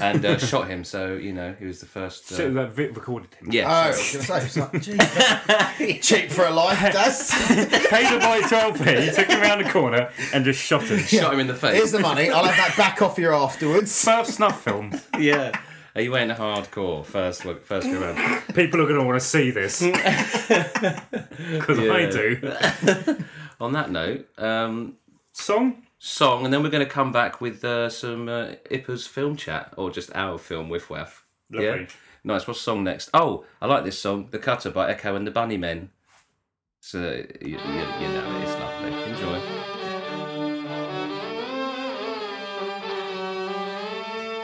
Speaker 1: and uh, shot him, so, you know, he was the first. Uh,
Speaker 3: So that Vic recorded him.
Speaker 1: yeah.
Speaker 4: Oh, I was gonna say, it's like, gee, that's cheap for a life, Dad.
Speaker 3: paid the boy 12p, he took him around the corner and just shot him.
Speaker 1: Shot him in the
Speaker 4: Here's
Speaker 1: face.
Speaker 4: the money. I'll have that back off you afterwards.
Speaker 3: First snuff film.
Speaker 1: yeah. He went hardcore first look, first go round.
Speaker 3: People are going to want to see this. Because I
Speaker 1: Yeah.
Speaker 3: do.
Speaker 1: On that note, um,
Speaker 3: Song?
Speaker 1: song, and then we're going to come back with uh, some uh, Ippa's film chat or just our film with Wef.
Speaker 3: Lovely.
Speaker 1: Nice. What's song next? Oh, I like this song, "The Cutter" by Echo and the Bunnymen. So you, you, you know it. It's lovely. Enjoy.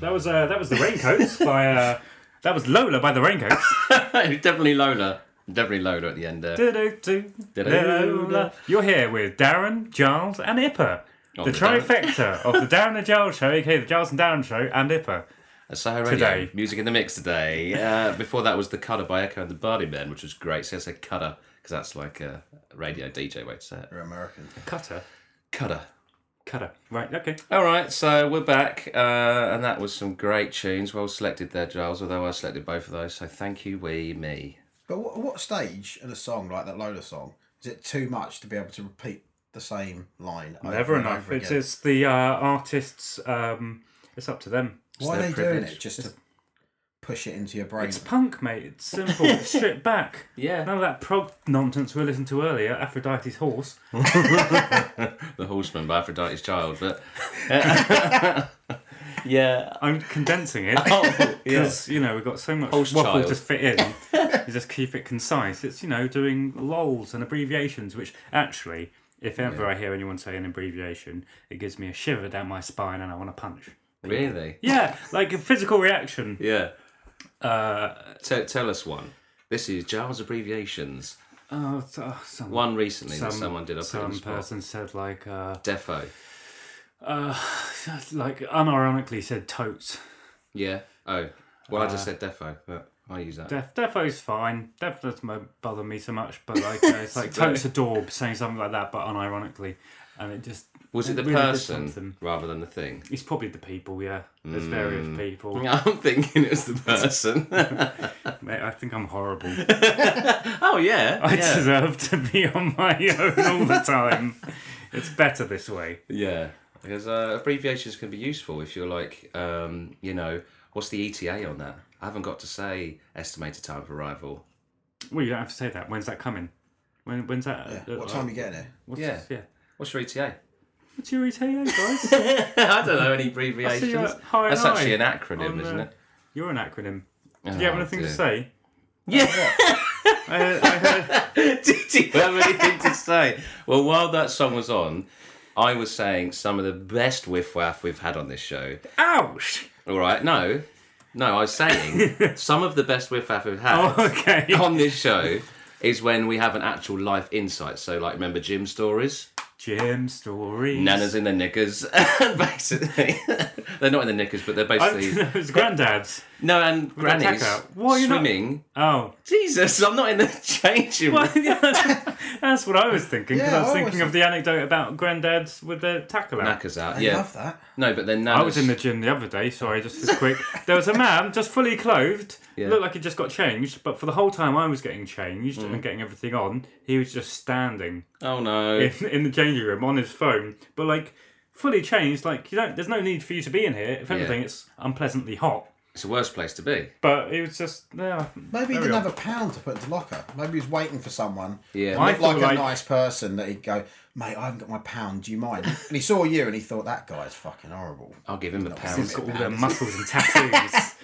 Speaker 3: That was uh, that was the Raincoats by uh, that was Lola by the Raincoats.
Speaker 1: definitely Lola. Definitely Lola at the end there.
Speaker 3: Do-do-do,
Speaker 1: Do-do-do.
Speaker 3: Lola. You're here with Darren, Giles, and Ipper.
Speaker 1: On
Speaker 3: The
Speaker 1: the Darren-
Speaker 3: trifecta of the Darren and Giles show, aka the Giles and Darren show, and Ipper.
Speaker 1: Asahi Radio,
Speaker 3: Today.
Speaker 1: music in the mix today. Uh, before that was the Cutter by Echo and the Barley Men, which was great. So I said Cutter because that's like a radio DJ way to say it.
Speaker 4: You're American.
Speaker 3: Cutter,
Speaker 1: Cutter.
Speaker 3: cutter. Right. Okay.
Speaker 1: All right, so we're back, uh, and that was some great tunes. Well selected there, Giles. Although I selected both of those, so thank you, we, me.
Speaker 4: But what, what stage in a song like that Lola song is it too much to be able to repeat the same line? over
Speaker 3: Never
Speaker 4: and
Speaker 3: enough.
Speaker 4: over
Speaker 3: It's
Speaker 4: again?
Speaker 3: it's the uh, artists. Um, it's up to them.
Speaker 4: Why are
Speaker 1: their
Speaker 4: they doing
Speaker 1: privilege.
Speaker 4: it just to push it into your brain?
Speaker 3: It's punk, mate. It's simple. Strip back.
Speaker 1: Yeah.
Speaker 3: None of that prog nonsense we listened to earlier. Aphrodite's horse.
Speaker 1: The Horseman by Aphrodite's Child, but uh, yeah,
Speaker 3: I'm condensing it.
Speaker 1: oh, yes,
Speaker 3: Because you know we've got so much
Speaker 1: Horse
Speaker 3: waffle
Speaker 1: child.
Speaker 3: to fit in, you just keep it concise. It's you know doing lols and abbreviations, which actually, if ever I hear anyone say an abbreviation, it gives me a shiver down my spine and I want to punch.
Speaker 1: really,
Speaker 3: Yeah, like a physical reaction.
Speaker 1: yeah.
Speaker 3: Uh,
Speaker 1: T- tell us one. This is Giles abbreviations.
Speaker 3: oh, it's- oh, some,
Speaker 1: One recently
Speaker 3: some-
Speaker 1: that someone did. I put it in
Speaker 3: Some
Speaker 1: the spot.
Speaker 3: person said like, uh,
Speaker 1: Defo.
Speaker 3: uh, like unironically said totes.
Speaker 1: Yeah. Oh, well, I just
Speaker 3: Uh,
Speaker 1: said Defo, but I use that.
Speaker 3: Def, Defo's fine. Def doesn't mo- bother me so much, but like uh, it's like totes adob saying something like that, but unironically, and it just
Speaker 1: was it the
Speaker 3: really did something.
Speaker 1: person rather than the thing?
Speaker 3: It's probably the people, yeah. There's various
Speaker 4: Mm.
Speaker 3: people.
Speaker 1: I'm thinking it was the person.
Speaker 3: Mate, I think I'm horrible.
Speaker 1: oh yeah.
Speaker 3: I
Speaker 1: yeah.
Speaker 3: deserve to be on my own all the time. it's better this way.
Speaker 1: Yeah, because uh, abbreviations can be useful if you're like, um, you know, what's the ETA on that? I haven't got to say estimated time of arrival.
Speaker 3: Well, you don't have to say that. When's that coming? When, when's that? Uh,
Speaker 4: yeah. What time are you getting here?
Speaker 3: What's,
Speaker 1: Yeah.
Speaker 3: yeah.
Speaker 1: What's your ETA?
Speaker 3: What's your ETA, guys?
Speaker 1: I don't know any
Speaker 3: I see
Speaker 1: abbreviations.
Speaker 3: you're at high and
Speaker 1: That's
Speaker 3: high
Speaker 1: actually an Oh, acronym,
Speaker 3: on, uh,
Speaker 1: isn't it?
Speaker 3: You're an acronym.
Speaker 1: Do
Speaker 3: Do you have anything to say?
Speaker 1: Oh, Yeah.
Speaker 3: I heard, I heard,
Speaker 1: Did you have anything to say? Well, while that song was on, I was saying some of the best whiff waff we've had on this show.
Speaker 3: ouch!
Speaker 1: All right, no, no, I was saying some of the best whiff waff we've had.
Speaker 3: Oh, okay.
Speaker 1: on this show is when we have an actual life insight. So, like, remember Jim stories?
Speaker 3: Jim stories.
Speaker 1: Nana's in the knickers, basically. they're not in the knickers, but they're basically
Speaker 3: I, it's granddad's.
Speaker 1: no, and
Speaker 3: that
Speaker 1: grannies
Speaker 3: tack out? Why are you not-
Speaker 1: swimming.
Speaker 3: Oh.
Speaker 1: Jesus, I'm not in the changing room.
Speaker 3: Well, yeah, that's, that's what I was thinking because
Speaker 4: Yeah,
Speaker 3: I was
Speaker 4: I
Speaker 3: thinking
Speaker 4: was
Speaker 3: of the anecdote about granddads with their tackle out.
Speaker 1: Knackers out,
Speaker 4: I
Speaker 1: yeah.
Speaker 4: love that.
Speaker 1: No, but then Nana's,
Speaker 3: I was in the gym the other day. Sorry, just as quick. There was a man just fully clothed,
Speaker 1: Yeah.
Speaker 3: looked like he just got changed, but for the whole time I was getting changed and getting everything on, he was just standing
Speaker 1: Oh no!
Speaker 3: in, in the changing room on his phone, but like fully changed. Like you don't. There's no need for you to be in here. If anything, it's unpleasantly hot.
Speaker 1: It's the worst place to be.
Speaker 3: But it was just yeah.
Speaker 4: Maybe he
Speaker 3: Very
Speaker 4: didn't
Speaker 3: odd.
Speaker 4: have a pound to put into locker. Maybe he was waiting for someone.
Speaker 1: Yeah.
Speaker 4: that
Speaker 1: I
Speaker 4: looked
Speaker 3: feel
Speaker 4: like,
Speaker 3: like-
Speaker 4: a nice person that he'd go, mate, I haven't got my pound. Do you mind? And he saw you and he thought that guy's fucking horrible.
Speaker 1: I'll give him a pound.
Speaker 3: He's got all their muscles and tattoos,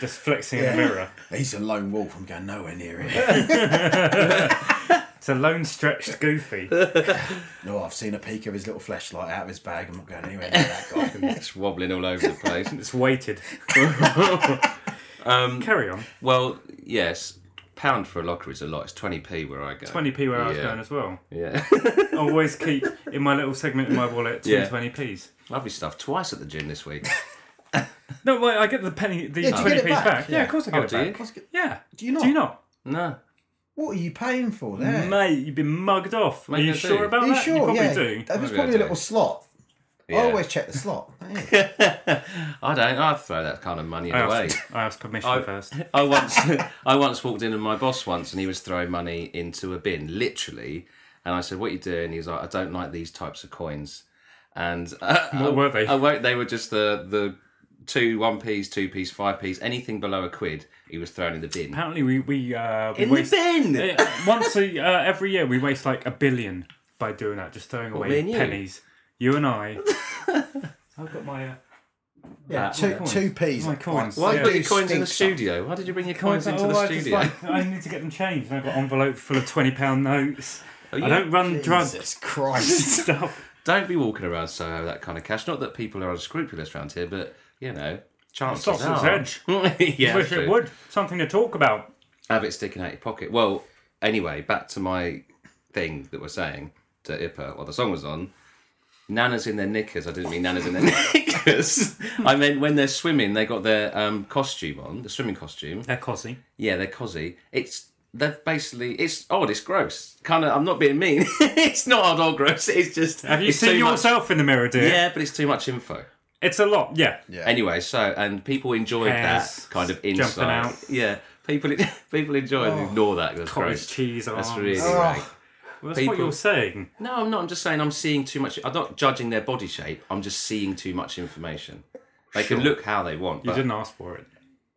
Speaker 3: just flexing in the mirror.
Speaker 4: He's a lone wolf. I'm going nowhere near him.
Speaker 3: It's a lone stretched goofy.
Speaker 4: no, Oh, I've seen a peek of his little flashlight out of his bag. I'm not going anywhere near that guy.
Speaker 1: It's wobbling all over the place.
Speaker 3: It's weighted.
Speaker 1: Um,
Speaker 3: Carry on.
Speaker 1: well, yes, pound for a locker is a lot. It's twenty p where I go.
Speaker 3: 20p where I was
Speaker 1: Yeah.
Speaker 3: going as well.
Speaker 1: Yeah,
Speaker 3: I always keep in my little segment in my wallet two
Speaker 1: Yeah.
Speaker 3: 20p's.
Speaker 1: lovely stuff. Twice at the gym this week.
Speaker 3: No, well, I get the penny, the
Speaker 4: Yeah, do you get
Speaker 3: 20p's
Speaker 4: it
Speaker 3: back.
Speaker 4: back?
Speaker 3: Yeah.
Speaker 4: Yeah.
Speaker 3: of course I get
Speaker 1: Oh,
Speaker 3: it
Speaker 1: do
Speaker 3: back.
Speaker 1: you?
Speaker 3: Yeah.
Speaker 4: Do you not?
Speaker 3: Do you not?
Speaker 1: No.
Speaker 4: What are you paying for there?
Speaker 3: Mate, you've been mugged off. Are
Speaker 1: Mate,
Speaker 3: you
Speaker 1: I do.
Speaker 3: sure about
Speaker 4: Are you
Speaker 3: that?
Speaker 4: sure?
Speaker 3: You probably
Speaker 4: yeah.
Speaker 3: do.
Speaker 4: That was
Speaker 1: Maybe I
Speaker 4: probably a
Speaker 1: do.
Speaker 4: little slot.
Speaker 1: Yeah.
Speaker 4: I always check the slot. Yeah.
Speaker 1: I don't. I throw that kind of money
Speaker 3: I
Speaker 1: away.
Speaker 3: asked, I asked permission first.
Speaker 1: I once, I once walked in and my boss once, and he was throwing money into a bin, literally. And I said, "What you doing?" He's like, "I don't like these types of coins." And uh,
Speaker 3: What
Speaker 1: I-
Speaker 3: were they?
Speaker 1: I won't. They were just the the two one piece, two piece, five piece, anything below a quid. He was thrown in the bin.
Speaker 3: Apparently, we we, uh, we
Speaker 1: in
Speaker 3: waste
Speaker 1: the bin.
Speaker 3: Uh, once a, uh, every year we waste like a billion by doing that, just throwing
Speaker 1: me
Speaker 3: away
Speaker 1: and you?
Speaker 3: pennies. You and I. I've got my. Uh,
Speaker 4: Yeah,
Speaker 1: That-
Speaker 4: two,
Speaker 3: coins.
Speaker 4: two P's.
Speaker 3: My coins.
Speaker 1: Why
Speaker 3: Yeah.
Speaker 1: put
Speaker 4: You
Speaker 1: your coins in the
Speaker 4: stink
Speaker 1: studio? Why did you bring your coins into
Speaker 3: oh,
Speaker 1: the
Speaker 3: I just,
Speaker 1: studio?
Speaker 3: like- I need to get them changed. and I've got an envelope full of twenty pound notes.
Speaker 1: Oh, yeah.
Speaker 3: I don't run
Speaker 4: up.
Speaker 3: drugs
Speaker 4: Jesus Christ.
Speaker 3: stuff.
Speaker 1: Don't be walking around Soho with that kind of cash. Not that people are unscrupulous around here, but you know, Chances
Speaker 3: Sausage
Speaker 1: are. yeah,
Speaker 3: Wish it
Speaker 1: true.
Speaker 3: would. Something to talk about.
Speaker 1: have it sticking out your pocket. Well, anyway, back to my thing that we're saying to Ipper while the song was on. Nanas in their knickers. I didn't mean nanas in their knickers. I meant when they're swimming, they got their um, costume on, the swimming costume.
Speaker 3: They're cosy.
Speaker 1: Yeah, they're cosy. It's they're basically it's odd. It's gross. Kind of. I'm not being mean. it's not odd or gross. It's just.
Speaker 3: Have you
Speaker 1: it's
Speaker 3: seen
Speaker 1: too much-
Speaker 3: yourself in the mirror, dear?
Speaker 1: Yeah, but it's too much info.
Speaker 3: It's a lot. Yeah.
Speaker 4: Yeah.
Speaker 1: Anyway, so and people enjoyed
Speaker 3: Hairs
Speaker 1: that kind of
Speaker 3: jumping
Speaker 1: insight.
Speaker 3: out. Oh,
Speaker 1: Yeah, people people enjoy and ignore that. 'cause That's
Speaker 3: Cottage
Speaker 1: gross.
Speaker 3: cheese arms.
Speaker 1: That's really
Speaker 4: Oh.
Speaker 1: right.
Speaker 3: Well, that's what
Speaker 1: people-
Speaker 3: you're saying.
Speaker 1: No, I'm not. I'm just saying I'm seeing too much. I'm not judging their body shape. I'm just seeing too much information. They can look how they want.
Speaker 3: You
Speaker 1: But
Speaker 3: didn't ask for it.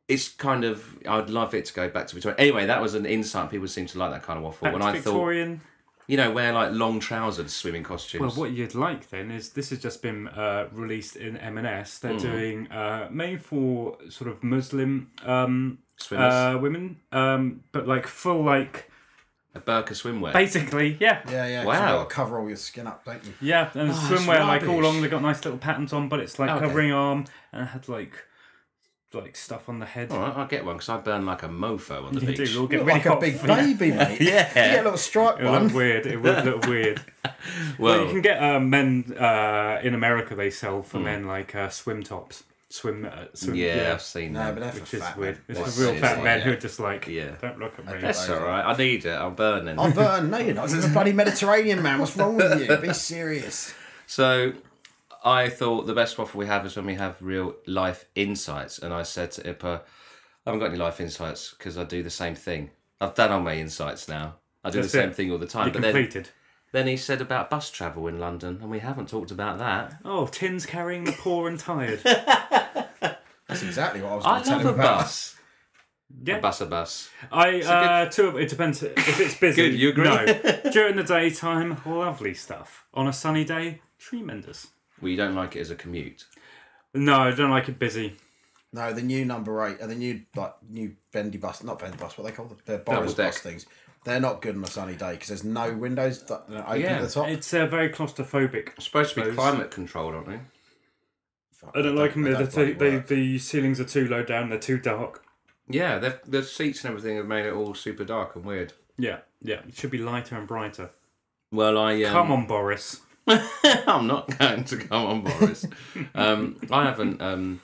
Speaker 1: it's kind of. I'd love it to go back to Victoria. Anyway, that was an insight. People seem to like that kind of waffle.
Speaker 3: Back
Speaker 1: and
Speaker 3: to
Speaker 1: I thought,
Speaker 3: Victorian.
Speaker 1: you know, wear like long trousers, swimming costumes.
Speaker 3: Well, what you'd like then is this has just been uh, released in M&S.
Speaker 1: Hmm.
Speaker 3: They're doing uh, made for sort of Muslim um,
Speaker 1: Swimmers,
Speaker 3: uh, women, um, but like full like
Speaker 1: a burqa swimwear.
Speaker 3: basically yeah.
Speaker 4: Yeah, yeah. 'cause
Speaker 1: Wow.
Speaker 4: You've got to cover all your skin up, don't you?
Speaker 3: Yeah, and
Speaker 1: Oh, it's
Speaker 3: swimwear like all
Speaker 1: rubbish.
Speaker 3: on. They got nice little patterns on, but it's like
Speaker 1: Okay.
Speaker 3: covering your arm and it had like like stuff on the head.
Speaker 1: All right, I'll get one because I burn like a mofo on the
Speaker 3: You do,
Speaker 1: beach.
Speaker 3: you'll
Speaker 4: You
Speaker 3: get
Speaker 4: look
Speaker 3: really
Speaker 4: like a
Speaker 3: hot
Speaker 4: big
Speaker 3: feet.
Speaker 4: baby, mate.
Speaker 1: Yeah.
Speaker 4: You get a little stripe
Speaker 3: It would
Speaker 4: one.
Speaker 3: look weird. It would look weird.
Speaker 1: well, Hmm.
Speaker 3: you can get uh, men uh, in America. They sell for men like uh, swim tops, swim. Uh, swim
Speaker 1: yeah, I've seen
Speaker 4: No,
Speaker 1: that.
Speaker 4: but that's
Speaker 3: which
Speaker 4: for
Speaker 3: is
Speaker 4: fat
Speaker 3: weird.
Speaker 4: men.
Speaker 3: It's
Speaker 1: That's
Speaker 3: a real
Speaker 1: it,
Speaker 3: fat
Speaker 1: yeah.
Speaker 3: men who are just like,
Speaker 1: Yeah.
Speaker 3: don't look at me.
Speaker 1: That's all right. I need it. I'm burning.
Speaker 4: I'm burning. uh, No, you're not. You're a bloody Mediterranean man. What's wrong with you? Be serious.
Speaker 1: So I thought the best waffle we have is when we have real life insights. And I said to Ippa, I haven't got any life insights because I do the same thing. I've done all my insights now. I do
Speaker 3: That's
Speaker 1: the same
Speaker 3: it.
Speaker 1: thing all the time.
Speaker 3: You
Speaker 1: but then,
Speaker 3: completed.
Speaker 1: then he said about bus travel in London, and we haven't talked about that.
Speaker 3: Oh, tins carrying the poor and tired.
Speaker 4: That's exactly what I was
Speaker 1: I
Speaker 4: going to tell
Speaker 1: love
Speaker 4: him
Speaker 1: a
Speaker 4: about.
Speaker 1: bus.
Speaker 3: Yeah.
Speaker 1: A bus, a bus.
Speaker 3: I uh, two. Of, it depends if it's busy.
Speaker 1: Good, you agree?
Speaker 3: No, during the daytime, lovely stuff. On a sunny day, tremendous.
Speaker 1: Well, you don't like it as a commute.
Speaker 3: No, I don't like it busy.
Speaker 4: No, the new number eight, and the new like new bendy bus, not bendy bus, what they call them, the Boris
Speaker 1: deck.
Speaker 4: bus things. They're not good on a sunny day because there's no windows that that open
Speaker 1: Yeah,
Speaker 4: at the top.
Speaker 3: It's uh, very claustrophobic.
Speaker 1: It's supposed to be
Speaker 3: Suppose.
Speaker 1: climate controlled, aren't they?
Speaker 4: Fuck,
Speaker 3: I don't like them.
Speaker 4: they
Speaker 3: They're
Speaker 4: don't
Speaker 3: too,
Speaker 4: bloody
Speaker 3: they,
Speaker 4: work.
Speaker 3: the ceilings are too low down. They're too dark.
Speaker 1: Yeah, they've- the seats and everything have made it all super dark and weird.
Speaker 3: Yeah, yeah. It should be lighter and brighter.
Speaker 1: Well, I um,
Speaker 3: Come on, Boris.
Speaker 1: I'm not going to come on, Boris. um, I haven't. Um,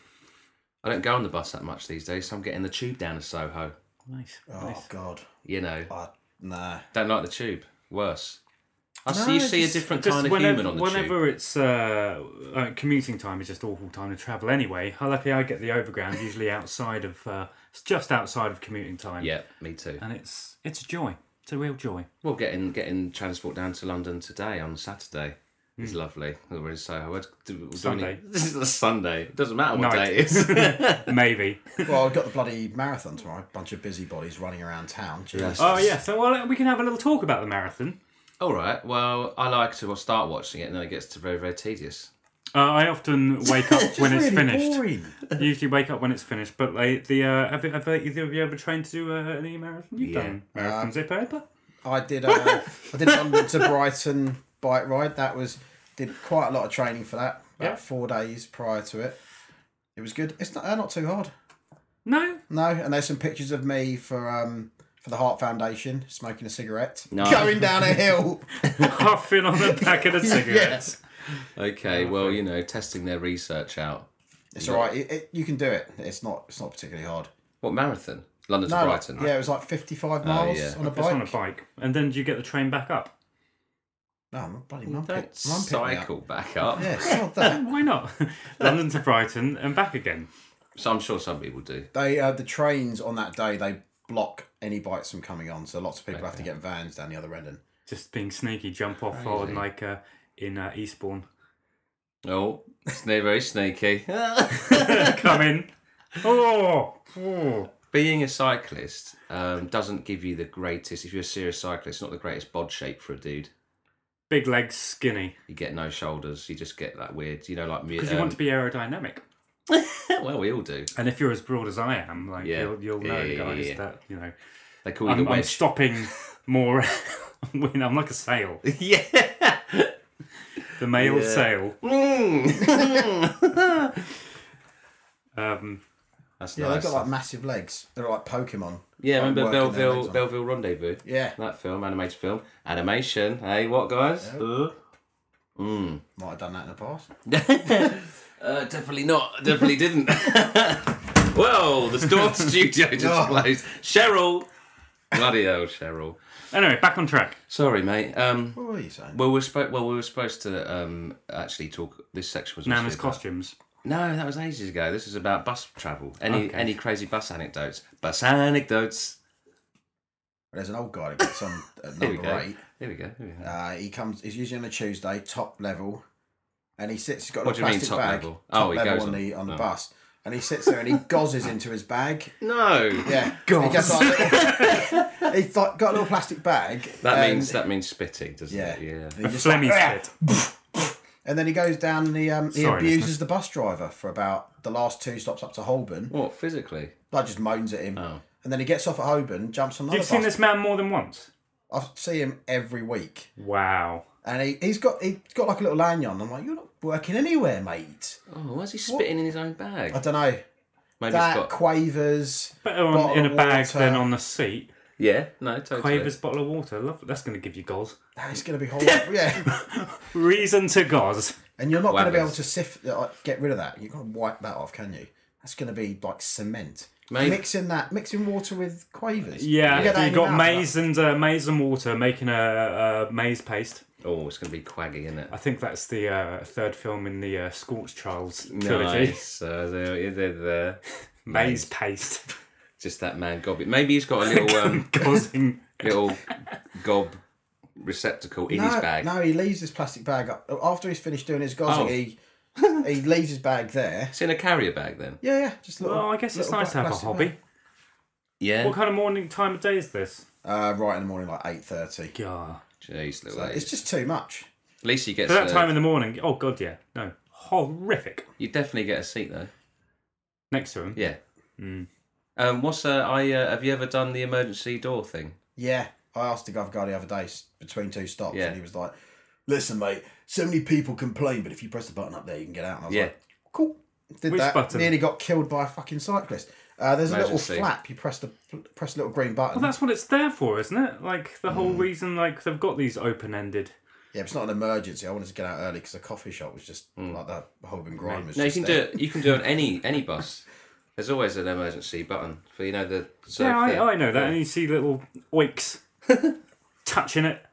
Speaker 1: I don't go on the bus that much these days, so I'm getting the tube down to Soho.
Speaker 3: Nice.
Speaker 4: Oh God,
Speaker 1: You know,
Speaker 4: I, nah.
Speaker 1: don't like the tube. Worse. I
Speaker 4: No,
Speaker 1: see you see
Speaker 4: just-
Speaker 1: a different
Speaker 3: Just
Speaker 1: kind of
Speaker 3: whenever,
Speaker 1: human on the tube.
Speaker 3: whenever it's uh, uh, commuting time is just awful time to travel anyway. How lucky I get the overground usually outside of uh, it's just outside of commuting time.
Speaker 1: Yeah, me too.
Speaker 3: and it's it's a joy. It's a real joy.
Speaker 1: Well, getting getting transport down to London today on Saturday is lovely. We're in Soho. What- do- do we
Speaker 3: Hmm. Sunday.
Speaker 1: need- This is a Sunday. It doesn't matter what
Speaker 3: Night.
Speaker 1: day it is.
Speaker 3: Maybe.
Speaker 4: Well, I've got the bloody marathon tomorrow. Bunch of busybodies running around town. Jesus.
Speaker 3: oh yeah. So well, we can have a little talk about the marathon.
Speaker 1: all right. Well, I like to start watching it, and then it gets to very very tedious.
Speaker 3: Uh, I often wake up when it's
Speaker 4: really
Speaker 3: finished.
Speaker 4: boring.
Speaker 3: Usually wake up when it's finished. But like the uh, have, have either of you ever trained to do uh, any marathon? You've
Speaker 1: Yeah.
Speaker 3: done marathons, uh, paper.
Speaker 4: I did. Uh, I did London to Brighton bike ride. That was did quite a lot of training for that. About
Speaker 3: Yeah.
Speaker 4: four days prior to it. It was good. It's not. They're not too hard.
Speaker 3: No.
Speaker 4: No, and there's some pictures of me for um for the Heart Foundation smoking a cigarette,
Speaker 1: No.
Speaker 4: going down a hill.
Speaker 3: Huffing on the back of the cigarette.
Speaker 4: yes,
Speaker 1: Okay. Well, you know, testing their research out.
Speaker 4: it's all right. It, it, you can do it. It's not. It's not particularly hard.
Speaker 1: What marathon? London
Speaker 4: No,
Speaker 1: to
Speaker 4: like-
Speaker 1: Brighton. Oh,
Speaker 4: yeah, it was like 55 miles
Speaker 1: yeah.
Speaker 4: on a
Speaker 3: It's
Speaker 4: bike.
Speaker 3: on a bike, and then do you get the train back up?
Speaker 4: No, I'm not bloody mum.
Speaker 1: Don't
Speaker 4: picked- mum picked me up.
Speaker 1: cycle back up.
Speaker 4: Yes, not that.
Speaker 3: Why not? London to Brighton and back again.
Speaker 1: So I'm sure some people do.
Speaker 4: They uh, the trains on that day they block any bikes from coming on, so lots of people have to get vans down the other end. And
Speaker 3: Just being sneaky, jump off on like uh, in uh, Eastbourne.
Speaker 1: Oh, it's no- very sneaky.
Speaker 3: Come in. Oh, oh.
Speaker 1: Being a cyclist um, doesn't give you the greatest. If you're a serious cyclist, it's not the greatest bod shape for a dude.
Speaker 3: big legs, skinny.
Speaker 1: You get no shoulders. You just get that weird. You know, like um,
Speaker 3: Because you want to be aerodynamic.
Speaker 1: well, we all do.
Speaker 3: And if you're as broad as I am, like
Speaker 1: Yeah.
Speaker 3: you'll, you'll know,
Speaker 1: Yeah, yeah,
Speaker 3: guys,
Speaker 1: yeah.
Speaker 3: that you know
Speaker 1: They call you
Speaker 3: I'm,
Speaker 1: the
Speaker 3: I'm
Speaker 1: wedge.
Speaker 3: stopping more. when I'm like a sail,
Speaker 1: yeah.
Speaker 3: the male sail.
Speaker 1: Mm.
Speaker 3: Um,
Speaker 1: That's
Speaker 4: Yeah,
Speaker 1: nice.
Speaker 4: they've got like massive legs. They're like Pokemon.
Speaker 1: yeah,
Speaker 4: like,
Speaker 1: remember
Speaker 4: working their legs
Speaker 1: Belleville
Speaker 4: on.
Speaker 1: Belleville Rendezvous?
Speaker 4: Yeah,
Speaker 1: That film, animated film, animation. Hey, what guys? Uh, Mm.
Speaker 4: might have done that in the past.
Speaker 1: Uh, definitely not. Definitely didn't. well, the Storm Studio just closed. Cheryl. Bloody hell, Cheryl.
Speaker 3: anyway, back on track.
Speaker 1: Sorry, mate. Um,
Speaker 4: What were you saying?
Speaker 1: well, we're spo- well, we were supposed to um, actually talk. This section was
Speaker 3: Nana's
Speaker 1: obviously about-
Speaker 3: costumes.
Speaker 1: No, that was ages ago. This is about bus travel. Any
Speaker 3: Okay.
Speaker 1: any crazy bus anecdotes? Bus anecdotes.
Speaker 4: There's an old guy that gets on at
Speaker 1: Here we
Speaker 4: number
Speaker 1: go.
Speaker 4: eight.
Speaker 1: Here we go. Here we go.
Speaker 4: Uh, he comes. He's usually on a Tuesday, top level, and he sits. He's got
Speaker 1: What
Speaker 4: a
Speaker 1: do you mean,
Speaker 4: plastic
Speaker 1: top
Speaker 4: bag,
Speaker 1: level?
Speaker 4: top
Speaker 1: Oh, he
Speaker 4: level
Speaker 1: goes
Speaker 4: on,
Speaker 1: on-
Speaker 4: the on the
Speaker 1: oh.
Speaker 4: bus, and he sits there and he gozzes into his bag.
Speaker 1: no.
Speaker 4: Yeah, he gets like, he's like, got a little plastic bag.
Speaker 1: That
Speaker 4: and-
Speaker 1: means that means spitting, doesn't
Speaker 4: yeah,
Speaker 1: it? Yeah.
Speaker 4: And, he
Speaker 3: A
Speaker 4: just
Speaker 3: Flemmy
Speaker 4: like, "Ah,
Speaker 3: spit.
Speaker 4: and then he goes down and he um, he
Speaker 3: Sorry,
Speaker 4: abuses
Speaker 3: listeners.
Speaker 4: the bus driver for about the last two stops up to Holborn.
Speaker 1: What physically?
Speaker 4: Like just moans at him,
Speaker 1: Oh.
Speaker 4: and then he gets off at Holborn, jumps on another
Speaker 3: You've
Speaker 4: bus.
Speaker 3: seen this man more than once.
Speaker 4: I see him every week.
Speaker 3: Wow.
Speaker 4: And he, he's got he's got like a little lanyard. and I'm like, you're not working anywhere, mate.
Speaker 1: Oh, why's he spitting in his own bag?
Speaker 4: I don't know.
Speaker 1: Maybe
Speaker 4: that
Speaker 1: he's got.
Speaker 4: quavers.
Speaker 3: Better on,
Speaker 4: bottle
Speaker 3: in a
Speaker 4: of
Speaker 3: bag
Speaker 4: water.
Speaker 3: than on the seat.
Speaker 1: Yeah. No. Totally.
Speaker 3: Quavers bottle of water. Love, that's going to give you gauze.
Speaker 4: Ah, It's going to be horrible. yeah.
Speaker 3: Reason to gauze.
Speaker 4: And you're not going to be
Speaker 1: Wabbers.
Speaker 4: able to sift, uh, like, get rid of that. You're going to wipe that off, can you? That's going to be like cement.
Speaker 1: Maybe-
Speaker 4: Mixing that, mixing water with quavers.
Speaker 3: Yeah,
Speaker 4: You get that
Speaker 3: you
Speaker 4: in your
Speaker 3: got
Speaker 4: mouth,
Speaker 3: maize and uh, maize and water making a, a maize paste.
Speaker 1: Oh, it's gonna be quaggy, isn't it?
Speaker 3: I think that's the uh, third film in the uh, Scorch Trials trilogy.
Speaker 1: Nice. So there, yeah, there, there.
Speaker 3: Maize paste,
Speaker 1: Just that man gobbing. Maybe he's got a little um,
Speaker 3: causing
Speaker 1: little gob receptacle in
Speaker 4: no,
Speaker 1: his bag.
Speaker 4: No, he leaves his plastic bag up. After he's finished doing his gossip,
Speaker 1: Oh.
Speaker 4: he, he leaves his bag there.
Speaker 1: It's in a carrier bag then.
Speaker 4: Yeah, yeah. Just a little.
Speaker 3: Well, I guess it's
Speaker 4: little
Speaker 3: nice to have a
Speaker 4: plastic
Speaker 3: hobby.
Speaker 4: bag.
Speaker 1: Yeah.
Speaker 3: What kind of morning time of day is this?
Speaker 4: Uh, right in the morning, like eight thirty.
Speaker 3: Yeah.
Speaker 1: Jeez, little lady.
Speaker 4: It's just too much.
Speaker 1: At least you get.
Speaker 3: For that
Speaker 1: a-
Speaker 3: time in the morning, oh god, yeah, no, horrific.
Speaker 1: You definitely get a seat though.
Speaker 3: Next to him,
Speaker 1: Yeah.
Speaker 3: Hmm.
Speaker 1: Um, what's uh, I uh, have you ever done the emergency door thing?
Speaker 4: Yeah, I asked the Gov guy the other day s- between two stops,
Speaker 1: Yeah.
Speaker 4: and he was like, "Listen, mate, so many people complain, but if you press the button up there, you can get out." And I was
Speaker 1: Yeah.
Speaker 4: like, "Cool." Did
Speaker 3: Which
Speaker 4: that?
Speaker 3: button?
Speaker 4: Nearly got killed by a fucking cyclist. Uh, there's a
Speaker 1: Emergency.
Speaker 4: little flap. You press the press a little green button.
Speaker 3: well, that's what it's there for, isn't it? Like the
Speaker 1: Hmm.
Speaker 3: whole reason, like they've got these open-ended.
Speaker 4: yeah, it's not an emergency. I wanted to get out early because the coffee shop was just like that. Holborn grime was
Speaker 1: Hmm. No, you
Speaker 4: just
Speaker 1: can do
Speaker 4: there.
Speaker 1: it. You can do it on any any bus. There's always an emergency button for you know the. so
Speaker 3: yeah,
Speaker 1: if the-
Speaker 3: I, oh, I know that, and you see little oiks touching it.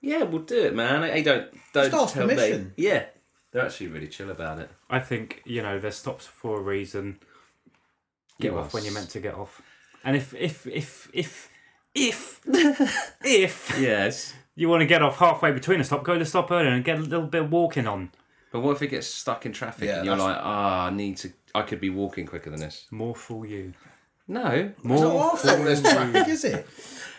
Speaker 1: Yeah, we'll do it, man. They don't don't
Speaker 4: Just ask
Speaker 1: tell me.
Speaker 4: permission.
Speaker 1: Yeah, they're actually really chill about it.
Speaker 3: I think you know there's stops for a reason. Get
Speaker 1: You
Speaker 3: off when
Speaker 1: are
Speaker 3: you're
Speaker 1: s-
Speaker 3: meant to get off, and if if if if if if
Speaker 1: Yes,
Speaker 3: you want to get off halfway between a stop, go to stop earlier and get a little bit of walking on.
Speaker 1: but what if it gets stuck in traffic
Speaker 4: Yeah,
Speaker 1: and you're
Speaker 4: that's-
Speaker 1: like, ah, I need to. I could be walking quicker than this.
Speaker 3: More fool you.
Speaker 1: No,
Speaker 4: It's not
Speaker 3: More
Speaker 4: our fault there's traffic, is it?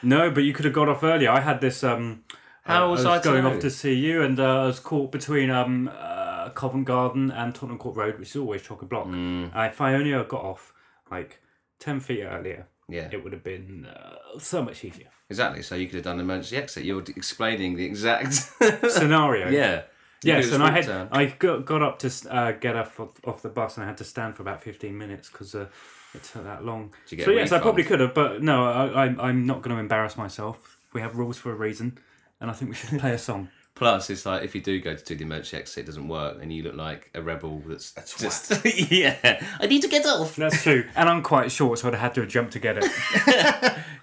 Speaker 3: no, but you could have got off earlier. I had this. um
Speaker 1: How was I to
Speaker 3: going
Speaker 1: know?
Speaker 3: off to see you, and uh, I was caught between um uh, Covent Garden and Tottenham Court Road, which is always chock a block.
Speaker 1: Mm.
Speaker 3: Uh, if I only had got off like ten feet earlier,
Speaker 1: yeah,
Speaker 3: it would have been uh, so much easier.
Speaker 1: exactly. So you could have done an emergency exit. You're d- explaining the exact.
Speaker 3: Scenario.
Speaker 1: yeah. You could
Speaker 3: Yes,
Speaker 1: have
Speaker 3: and I had
Speaker 1: walked down.
Speaker 3: I got, got up to s- uh, get off, off off the bus and I had to stand for about fifteen minutes because uh, it took that long.
Speaker 1: you get
Speaker 3: so
Speaker 1: a
Speaker 3: yes, I
Speaker 1: refund?
Speaker 3: probably could have, but no, I, I'm I'm not going to embarrass myself. We have rules for a reason, and I think we should play a song.
Speaker 1: Plus, it's like if you do go to do the emergency exit, it doesn't work, and you look like a rebel that's just yeah. I need to get off.
Speaker 3: That's true, and I'm quite short, so I'd have had to have jumped to get it.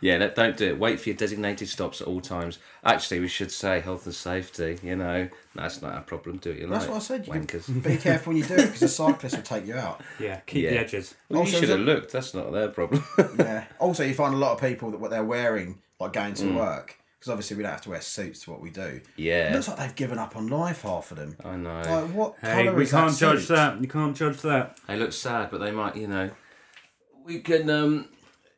Speaker 1: Yeah, that, don't do it. Wait for your designated stops at all times. Actually, we should say health and safety. You know, that's not our problem. Do it. You
Speaker 4: That's
Speaker 1: like
Speaker 4: what I said. You can
Speaker 1: Wankers.
Speaker 4: be careful when you do it because a cyclist will take you out.
Speaker 3: Yeah, keep
Speaker 1: Yeah.
Speaker 3: the edges.
Speaker 1: Well, you
Speaker 4: Also,
Speaker 1: should
Speaker 4: is
Speaker 1: have
Speaker 4: it-
Speaker 1: looked. That's not their problem.
Speaker 4: Yeah. Also, you find a lot of people that what they're wearing, like going to work, because obviously we don't have to wear suits to what we do. It
Speaker 1: Hmm. yeah,
Speaker 4: looks like they've given up on life, half of them.
Speaker 1: I know.
Speaker 4: Like, what
Speaker 3: Hey,
Speaker 4: colour
Speaker 3: we
Speaker 4: is
Speaker 3: can't
Speaker 4: that
Speaker 3: judge
Speaker 4: suit?
Speaker 3: that. You can't judge that.
Speaker 1: They look sad, but they might. You know, we can. um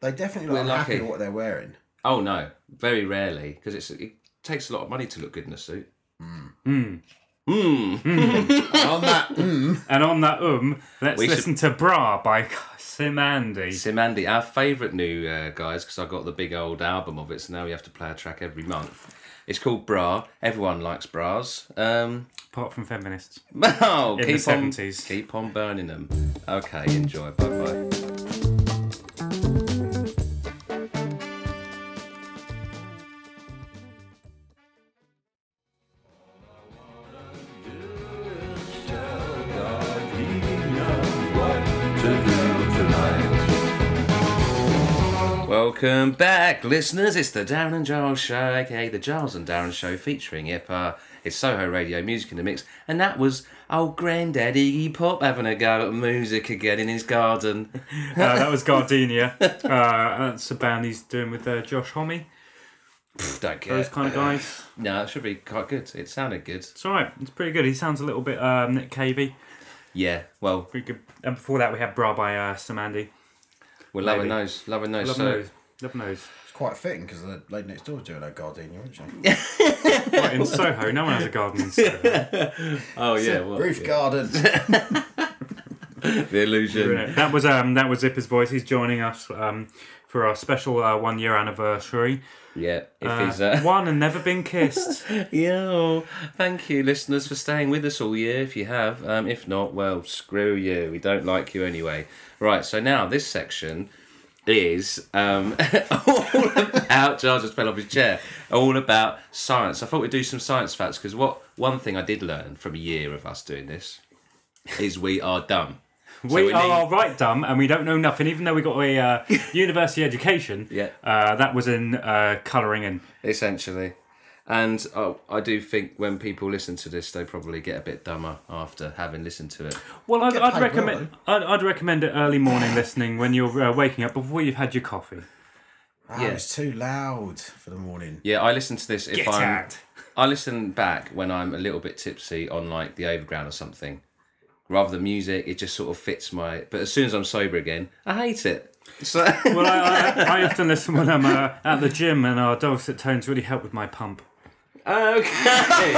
Speaker 4: They definitely look
Speaker 1: We're
Speaker 4: unhappy
Speaker 1: lucky.
Speaker 4: with what they're wearing.
Speaker 1: Oh no, very rarely because it's it takes a lot of money to look good in a suit. Hmm. Mm. Mm.
Speaker 4: Hmm. And on that, mm,
Speaker 3: And on that um, let's
Speaker 1: We should-
Speaker 3: listen to Bra by Sim Andy.
Speaker 1: Sim Andy, our favourite new uh, guys, because I got the big old album of it, so now we have to play a track every month. It's called Bra. Everyone likes bras. Um,
Speaker 3: Apart from feminists. Uh,
Speaker 1: oh,
Speaker 3: In the
Speaker 1: keep on,
Speaker 3: 70s.
Speaker 1: keep on burning them. Okay, enjoy. Bye bye. Welcome back, listeners. It's the Darren and Giles Show, aka the Giles and Darren Show, featuring IPA. It's Soho Radio Music in the Mix, and that was old Grandad Iggy Pop having a go at music again in his garden.
Speaker 3: Uh, that was Gardenia. Uh, that's a band he's doing with uh, Josh Homme.
Speaker 1: Don't care.
Speaker 3: Those kind of guys.
Speaker 1: No, it should be quite good. It sounded good.
Speaker 3: It's alright. It's pretty good. He sounds a little bit um, Nick Cavey.
Speaker 1: Yeah. Well,
Speaker 3: Pretty good. And before that, we had Bra by uh, Samandi.
Speaker 1: we're loving
Speaker 3: Maybe.
Speaker 1: those. Loving those.
Speaker 3: Love
Speaker 1: so,
Speaker 3: those. Love those.
Speaker 4: It's quite fitting because the lady next door was doing her gardenia, wasn't she?
Speaker 3: Right, in Soho, no one has a garden in Soho.
Speaker 1: Oh yeah. Well,
Speaker 4: Roof Ah, garden.
Speaker 1: the illusion.
Speaker 3: that was um, that was Zipper's voice. He's joining us um, for our special uh, one year anniversary.
Speaker 1: Yeah. If
Speaker 3: Uh,
Speaker 1: he's uh,
Speaker 3: One and never been kissed.
Speaker 1: Yo, thank you, listeners, for staying with us all year. If you have, um, if not, well, screw you. We don't like you anyway. Right. So now this section is um, all about. Giles just fell off his chair. All about science. I thought we'd do some science facts because what one thing I did learn from a year of us doing this is we are dumb. So
Speaker 3: we,
Speaker 1: need-
Speaker 3: are right dumb and we don't know nothing, even though we got a uh, university education.
Speaker 1: Yeah.
Speaker 3: Uh, that was in uh, colouring and
Speaker 1: essentially. And oh, I do think when people listen to this, they probably get a bit dumber after having listened to it.
Speaker 3: Well, I'd,
Speaker 4: Get
Speaker 3: I'd
Speaker 4: paid
Speaker 3: recommend I'd, I'd recommend it early morning listening when you're uh, waking up before you've had your coffee.
Speaker 4: Oh, it's too loud for the morning.
Speaker 1: Yeah, I listen to this if I'm.
Speaker 3: out.
Speaker 1: I listen back when I'm a little bit tipsy on like the overground or something, rather than music. It just sort of fits my. But as soon as I'm sober again, I hate it. So
Speaker 3: Well, I, I, I often listen when I'm uh, at the gym, and our dulcet tones really help with my pump.
Speaker 1: okay.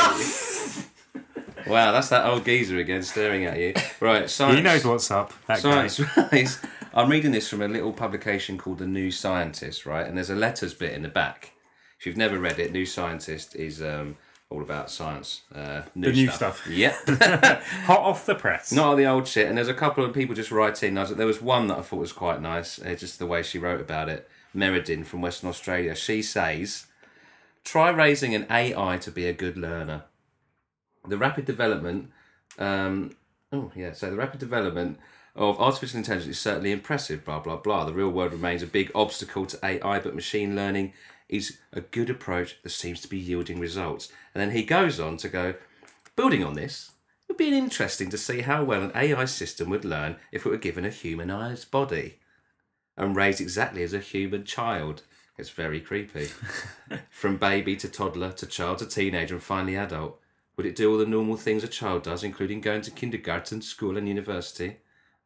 Speaker 1: wow, that's that old geezer again staring at you. Right, science.
Speaker 3: He knows what's up. That guy.
Speaker 1: Science wise, I'm reading this from a little publication called The New Scientist, right? And there's a letters bit in the back. If you've never read it, New Scientist is um, all about science. Uh, new
Speaker 3: The new stuff.
Speaker 1: Yep.
Speaker 3: hot off the press.
Speaker 1: Not all the old shit. And there's a couple of people just writing. I was, there was one that I thought was quite nice, uh, just the way she wrote about it. Meredin from Western Australia. She says, try raising an AI to be a good learner. The rapid development, um, oh yeah, so the rapid development of artificial intelligence is certainly impressive, blah, blah, blah. The real world remains a big obstacle to AI, but machine learning is a good approach that seems to be yielding results. And then he goes on to go, Building on this, it would be interesting to see how well an AI system would learn if it were given a humanized body and raised exactly as a human child. It's very creepy. From baby to toddler to child to teenager and finally adult. Would it do all the normal things a child does, including going to kindergarten, school, and university?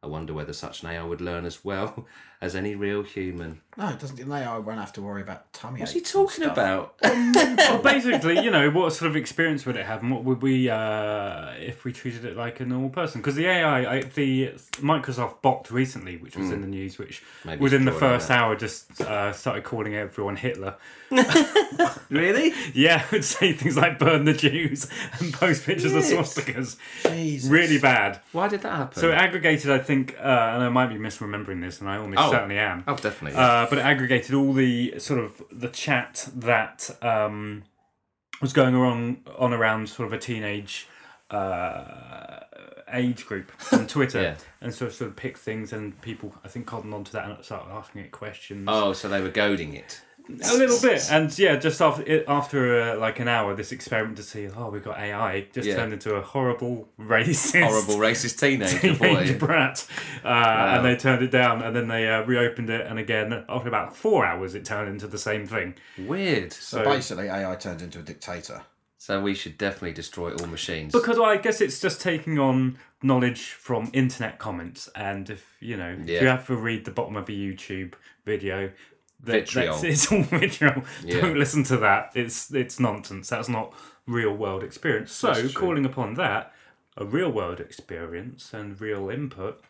Speaker 1: I wonder whether such an AI would learn as well as any real human.
Speaker 4: No, it doesn't. No, I won't have to worry about tummy.
Speaker 1: What's he talking about?
Speaker 3: Well, basically, you know, what sort of experience would it have, and what would we uh, if we treated it like a normal person? Because the AI, I, the Microsoft bot recently, which was in the news, which
Speaker 1: Hmm. Maybe
Speaker 3: within
Speaker 1: it's
Speaker 3: the
Speaker 1: drawing
Speaker 3: first
Speaker 1: on
Speaker 3: hour just uh, started calling everyone Hitler.
Speaker 1: really?
Speaker 3: Yeah, it would say things like burn the Jews and post pictures of swastikas.
Speaker 4: Jesus.
Speaker 3: Really bad.
Speaker 1: Why did that happen?
Speaker 3: So it aggregated, I think, uh, and I might be misremembering this, and I almost
Speaker 1: Oh.
Speaker 3: certainly am.
Speaker 1: oh, definitely.
Speaker 3: Uh, but it aggregated all the sort of the chat that um, was going on on around sort of a teenage uh, age group on Twitter,
Speaker 1: Yeah.
Speaker 3: and sort of, sort of picked things, and people I think cottoned onto that and started asking it questions
Speaker 1: oh, so they were goading it.
Speaker 3: a little bit. And yeah, just after it, after uh, like an hour, this experiment to see oh we got AI just
Speaker 1: Yeah.
Speaker 3: turned into a horrible racist
Speaker 1: horrible racist teenager boy.
Speaker 3: teenage brat, uh, and they turned it down, and then they uh, reopened it, and again after about four hours, it turned into the same thing.
Speaker 1: Weird.
Speaker 4: So basically, AI turns into a dictator.
Speaker 1: So we should definitely destroy all machines.
Speaker 3: Because I guess it's just taking on knowledge from internet comments, and if you know, if you
Speaker 1: Yeah.
Speaker 3: have to read the bottom of a YouTube video. That,
Speaker 1: Vitriol.
Speaker 3: that's, it's all vitriol.
Speaker 1: Yeah.
Speaker 3: Don't listen to that. It's it's nonsense. That's not real world experience. So
Speaker 1: That's true.
Speaker 3: calling upon that, a real world experience and real input.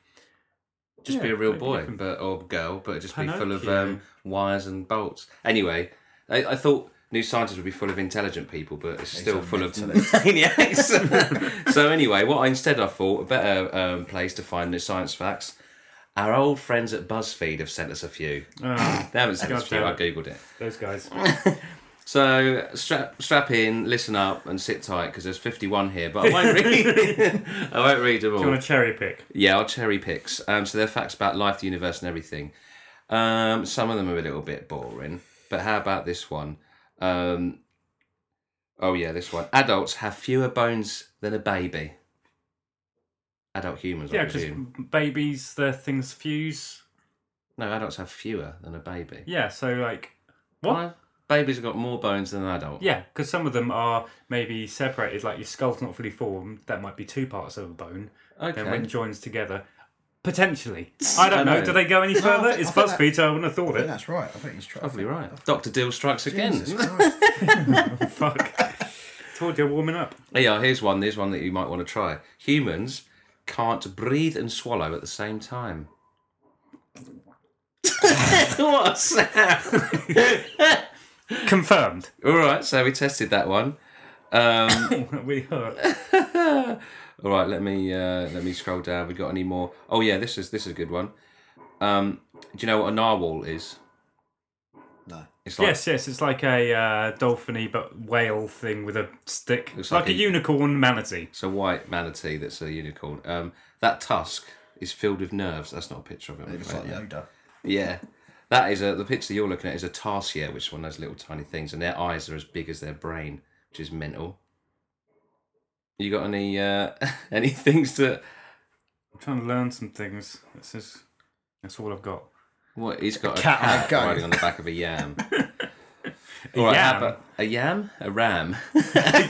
Speaker 1: just be
Speaker 3: yeah,
Speaker 1: a real
Speaker 3: you
Speaker 1: boy
Speaker 3: can-
Speaker 1: but or girl, but just be full of
Speaker 3: Pinocchio.
Speaker 1: um, wires and bolts. Anyway, I, I thought New Scientist would be full of intelligent people, but it's still
Speaker 4: a
Speaker 1: full of
Speaker 4: mentalist.
Speaker 1: maniacs. so anyway, what I instead I thought a better um, place to find the science facts. Our old friends at BuzzFeed have sent us a few.
Speaker 3: Oh,
Speaker 1: They haven't sent us a few. I
Speaker 3: Goddamn.
Speaker 1: googled it.
Speaker 3: those guys.
Speaker 1: So strap strap in, listen up, and sit tight because there's 51 here. But I won't read. I won't read them all.
Speaker 3: Do you want to cherry pick?
Speaker 1: Yeah, I'll cherry picks. Um, so they're facts about life, the universe, and everything. Um, some of them are a little bit boring, but how about this one? Um, oh yeah, this one. Adults have fewer bones than a baby. Adult humans, I
Speaker 3: Yeah, just
Speaker 1: presume.
Speaker 3: babies, their things fuse.
Speaker 1: No, adults have fewer than a baby.
Speaker 3: Yeah, so like, what?
Speaker 1: Why? Babies have got more bones than an adult.
Speaker 3: Yeah, because some of them are maybe separated, like your skull's not fully formed. That might be two parts of a bone. Then when
Speaker 1: Okay.
Speaker 3: joins together, potentially. I don't know.
Speaker 1: know.
Speaker 3: Do they go any further? it's
Speaker 4: I think
Speaker 3: BuzzFeed, so I wouldn't have thought
Speaker 4: I think
Speaker 3: it.
Speaker 4: that's right. I think he's trying.
Speaker 1: Probably right. Dr. Dill strikes again.
Speaker 4: Jesus Christ.
Speaker 3: Fuck. Told you, warming up.
Speaker 1: yeah, here's one. There's one that you might want to try. Humans can't breathe and swallow at the same time. what a sound.
Speaker 3: Confirmed.
Speaker 1: All right, so we tested that one.
Speaker 3: we hurt.
Speaker 1: All right, let me uh, let me scroll down. We got any more? Oh yeah, this is this is a good one. Um, do you know what a narwhal is?
Speaker 4: No.
Speaker 1: It's like
Speaker 3: Yes, yes, it's like a uh, dolphiny but whale thing with a stick.
Speaker 1: Looks
Speaker 3: like,
Speaker 1: like
Speaker 3: a,
Speaker 1: a-
Speaker 3: unicorn manatee.
Speaker 1: it's a white manatee that's a unicorn. Um, that tusk is filled with nerves. That's not a picture of it. I'm
Speaker 4: It's
Speaker 1: afraid, yeah.
Speaker 4: like Yoda.
Speaker 1: Yeah. That is a the picture you're looking at is a tarsier, which is one of those little tiny things, and their eyes are as big as their brain, which is mental. You got any uh any things to
Speaker 3: I'm trying to learn some things. This is that's all I've got.
Speaker 1: what he's got a,
Speaker 4: cat
Speaker 1: cat,
Speaker 4: on a goat.
Speaker 1: riding on the back of a yam. All right,
Speaker 3: yam?
Speaker 1: how about- a yam? A ram.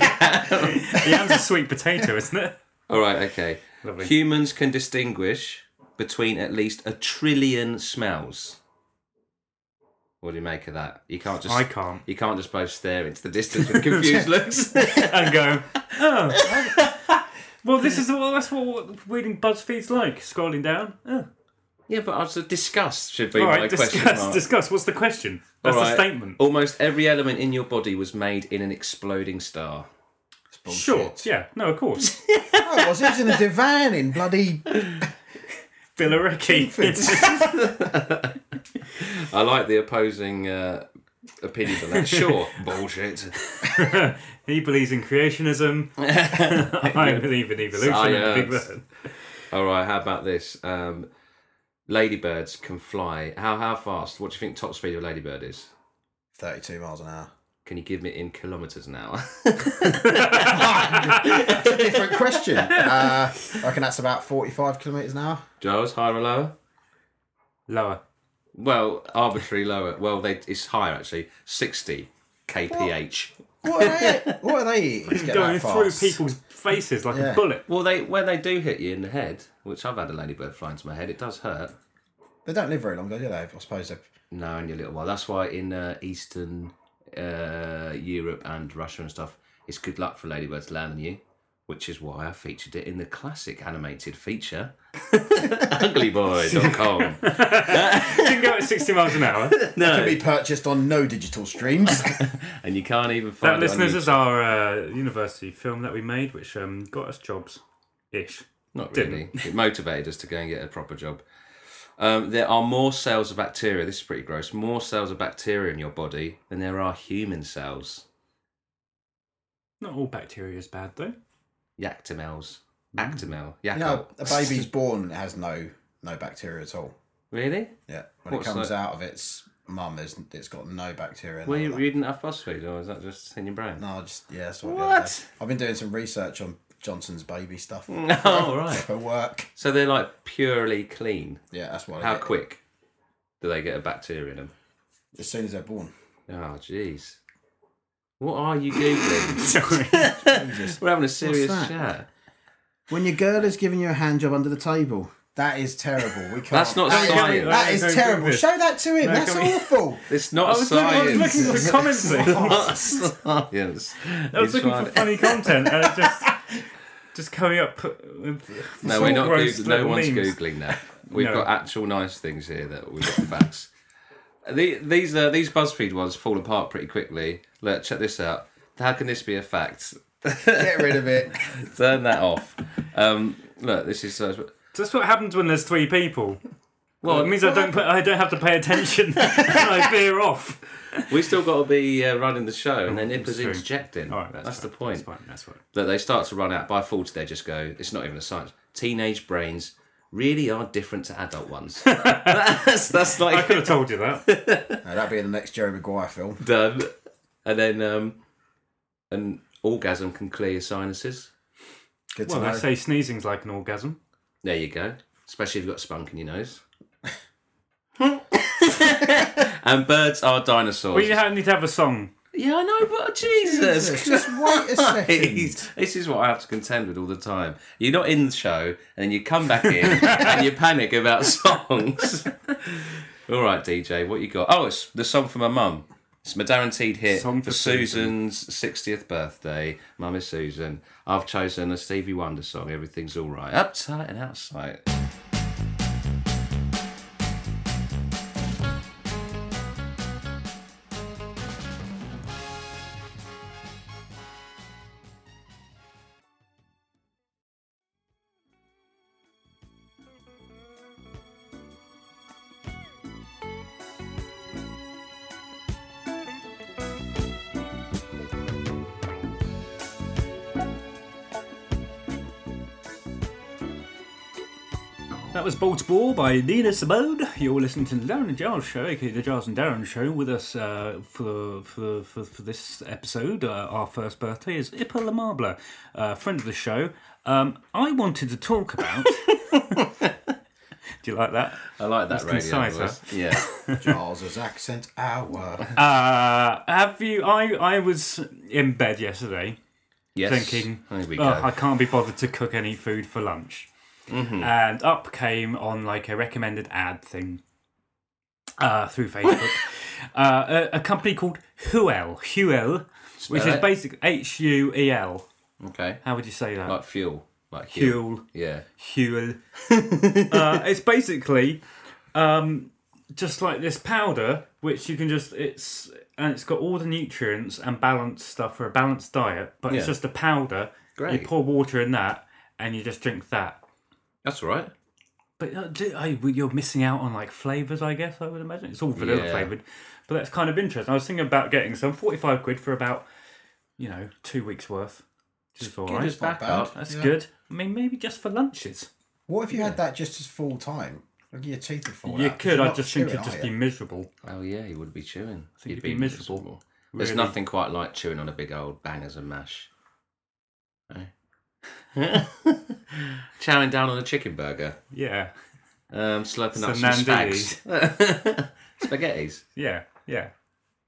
Speaker 3: The yam's a sweet potato, isn't it?
Speaker 1: All right, okay.
Speaker 3: Lovely.
Speaker 1: Humans can distinguish between at least a trillion smells. What do you make of that? You can't just
Speaker 3: I can't.
Speaker 1: You can't just both stare into the distance with confused looks.
Speaker 3: and go, oh. I- Well, this is well. That's what, what reading BuzzFeed's like. Scrolling down. Oh.
Speaker 1: Yeah, but I was disgust should be
Speaker 3: All
Speaker 1: my
Speaker 3: right,
Speaker 1: question
Speaker 3: discuss.
Speaker 1: mark.
Speaker 3: Discuss. What's the question?
Speaker 1: All
Speaker 3: That's a
Speaker 1: right. Oh,
Speaker 3: statement.
Speaker 1: Almost every element in your body was made in an exploding star.
Speaker 4: It's bullshit.
Speaker 3: Sure. Yeah. No. Of course.
Speaker 4: Oh, it was he was in a divan in bloody
Speaker 3: Billericay.
Speaker 1: I like the opposing uh, opinions on that. Sure, bullshit.
Speaker 3: he believes in creationism. I believe in evolution. and the Big
Speaker 1: Science.
Speaker 3: Bang.
Speaker 1: All right, how about this? Um, ladybirds can fly. How how fast? What do you think top speed of a ladybird is?
Speaker 4: thirty-two miles an hour.
Speaker 1: Can you give me in kilometers an hour?
Speaker 4: Different question. Uh, I reckon that's about forty-five kilometres an hour.
Speaker 1: Giles, higher or lower?
Speaker 3: Lower.
Speaker 1: Well, arbitrary lower. Well, they, it's higher actually. Sixty kph.
Speaker 4: What are they? What are they eating? To get
Speaker 3: Going
Speaker 4: that
Speaker 3: through
Speaker 4: fast?
Speaker 3: people's faces like a
Speaker 4: Yeah.
Speaker 3: bullet.
Speaker 1: Well, they when they do hit you in the head, which I've had a ladybird fly into my head, it does hurt.
Speaker 4: They don't live very long, do they? I suppose they're
Speaker 1: No, only a little while. That's why in uh, Eastern uh, Europe and Russia and stuff, it's good luck for ladybirds to land on you, which is why I featured it in the classic animated feature, uglyboy.com.
Speaker 3: Didn't go at sixty miles an hour.
Speaker 4: can be purchased on no digital streams.
Speaker 1: and you can't even find
Speaker 3: That,
Speaker 1: it
Speaker 3: listeners,
Speaker 1: on
Speaker 3: is
Speaker 1: YouTube.
Speaker 3: our uh, university film that we made, which um, got us jobs, ish.
Speaker 1: Not
Speaker 3: didn't.
Speaker 1: really. It motivated us to go and get a proper job. Um, there are more cells of bacteria. This is pretty gross. More cells of bacteria in your body than there are human cells.
Speaker 3: Not all bacteria is bad though.
Speaker 1: Yactamels. Actamel.
Speaker 4: you know,
Speaker 1: Yakult.
Speaker 4: a baby's born it has no no bacteria at all.
Speaker 1: Really?
Speaker 4: Yeah, when
Speaker 1: What's
Speaker 4: it comes
Speaker 1: that?
Speaker 4: out of its mum, there's- it's got no bacteria. in
Speaker 1: Were
Speaker 4: it.
Speaker 1: you, you didn't have phosphate, or is that just in your brain?
Speaker 4: No, I just yeah. So
Speaker 1: What?
Speaker 4: I've been doing some research on Johnson's baby stuff
Speaker 1: Oh, right.
Speaker 4: for work.
Speaker 1: So they're like purely clean.
Speaker 4: Yeah, that's what. I
Speaker 1: How
Speaker 4: get.
Speaker 1: quick do they get a bacteria in them?
Speaker 4: As soon as they're born.
Speaker 1: Oh, jeez. What are you Googling?
Speaker 3: Sorry.
Speaker 1: We're having a serious
Speaker 4: that?
Speaker 1: chat.
Speaker 4: When your girl is giving you a hand job under the table. That is terrible. We can't.
Speaker 1: That's not
Speaker 4: that,
Speaker 1: science.
Speaker 4: That
Speaker 3: Don't
Speaker 4: is
Speaker 3: do
Speaker 4: terrible.
Speaker 3: this.
Speaker 4: Show that to him.
Speaker 3: No,
Speaker 4: That's
Speaker 3: can we-
Speaker 4: awful.
Speaker 1: It's not
Speaker 3: I was, looking, I
Speaker 1: science.
Speaker 3: was looking for comments.
Speaker 1: Not science.
Speaker 3: I was
Speaker 1: He's
Speaker 3: looking for
Speaker 1: trying-
Speaker 3: funny content, and it just just coming up with
Speaker 1: No, we're not.
Speaker 3: gross
Speaker 1: Googling, no
Speaker 3: little
Speaker 1: one's
Speaker 3: memes.
Speaker 1: googling that. We've
Speaker 3: No.
Speaker 1: got actual nice things here that we've got facts. The, these uh, these BuzzFeed ones fall apart pretty quickly. Look, check this out. How can this be a fact?
Speaker 4: Get rid of it.
Speaker 1: Turn that off. Um, look, this is. Uh,
Speaker 3: That's what happens when there's three people.
Speaker 1: well,
Speaker 3: It means I don't. Put, I don't have to pay attention. I veer off.
Speaker 1: we still got to be uh, running the show, and then Ippers
Speaker 3: true.
Speaker 1: interjecting.
Speaker 3: All right,
Speaker 1: that's
Speaker 3: that's,
Speaker 1: the
Speaker 3: fine,
Speaker 1: point.
Speaker 3: That's fine. That's fine.
Speaker 1: that they start to run out by 40 they just go it's not even a science teenage brains really are different to adult ones that's, that's
Speaker 3: I
Speaker 1: like
Speaker 3: could have told you that.
Speaker 4: No, that'd be the next Jerry Maguire film.
Speaker 1: done and then um an orgasm can clear your sinuses
Speaker 4: Good to
Speaker 3: Well,
Speaker 4: know.
Speaker 3: they say sneezing's like an orgasm.
Speaker 1: there you go especially if you've got spunk in your nose and birds are dinosaurs
Speaker 3: Well, you ha- need to have a song.
Speaker 1: yeah i know but jesus
Speaker 4: Just wait a second.
Speaker 1: Jeez, this is what I have to contend with all the time. You're not in the show, and then you come back in and you panic about songs. all right, DJ, what you got? Oh, it's the song for my mum. It's my guaranteed hit
Speaker 3: Song
Speaker 1: for,
Speaker 3: for
Speaker 1: Susan's sixtieth birthday. Mum is Susan. I've chosen a Stevie Wonder song. Everything's all right, uptight and outside.
Speaker 3: That was Baltimore by Nina Simone. You're listening to the Darren and Giles Show, aka the Giles and Darren Show, with us uh, for, for for for this episode. Uh, our first birthday is Ipa Lamabla, uh, friend of the show. Um, I wanted to talk about. Do you like that?
Speaker 1: I like that
Speaker 3: That's
Speaker 1: radio
Speaker 3: concise,
Speaker 1: voice. Yeah,
Speaker 4: Charles's accent hour.
Speaker 3: Uh, have you? I I was in bed yesterday.
Speaker 1: yes.
Speaker 3: thinking,
Speaker 1: There we go. Mm-hmm.
Speaker 3: "Oh, I can't be bothered to cook any food for lunch. And up came on like a recommended ad thing uh, through Facebook uh, a, a company called Huel, Huel, which
Speaker 1: Spell
Speaker 3: is
Speaker 1: it.
Speaker 3: basic H U E L.
Speaker 1: okay,
Speaker 3: How would you say that?
Speaker 1: like fuel, like fuel.
Speaker 3: Huel.
Speaker 1: Yeah.
Speaker 3: Huel. uh, it's basically um, just like this powder, which you can just it's and it's got all the nutrients and balanced stuff for a balanced diet, but it's
Speaker 1: Yeah.
Speaker 3: just a powder.
Speaker 1: Great.
Speaker 3: You pour water in that, and you just drink that.
Speaker 1: That's all right.
Speaker 3: But uh, do- I- well, you're missing out on like flavors, I guess. I would imagine it's all vanilla
Speaker 1: Yeah.
Speaker 3: flavored, but that's kind of interesting. I was thinking about getting some forty-five quid for about you know two weeks worth. Just all
Speaker 1: Get
Speaker 3: right.
Speaker 1: us back
Speaker 4: bad.
Speaker 1: up.
Speaker 3: That's
Speaker 4: Yeah.
Speaker 3: good. I mean, maybe just for lunches.
Speaker 4: What if you had that just as full time? Like you're cheated for that.
Speaker 3: You
Speaker 4: 'cause
Speaker 3: could.
Speaker 4: you're
Speaker 3: I
Speaker 4: not
Speaker 3: just think
Speaker 4: chewing,
Speaker 3: you'd
Speaker 4: are
Speaker 3: just
Speaker 4: you?
Speaker 3: be miserable.
Speaker 1: Oh yeah, you would be chewing.
Speaker 3: think you'd be miserable.
Speaker 1: There's
Speaker 3: Really.
Speaker 1: nothing quite like chewing on a big old bangers and mash. Eh? Chowing down on a chicken burger,
Speaker 3: Yeah,
Speaker 1: um, slurping up some
Speaker 3: Fernandez.
Speaker 1: spags, spaghetti's.
Speaker 3: yeah, yeah.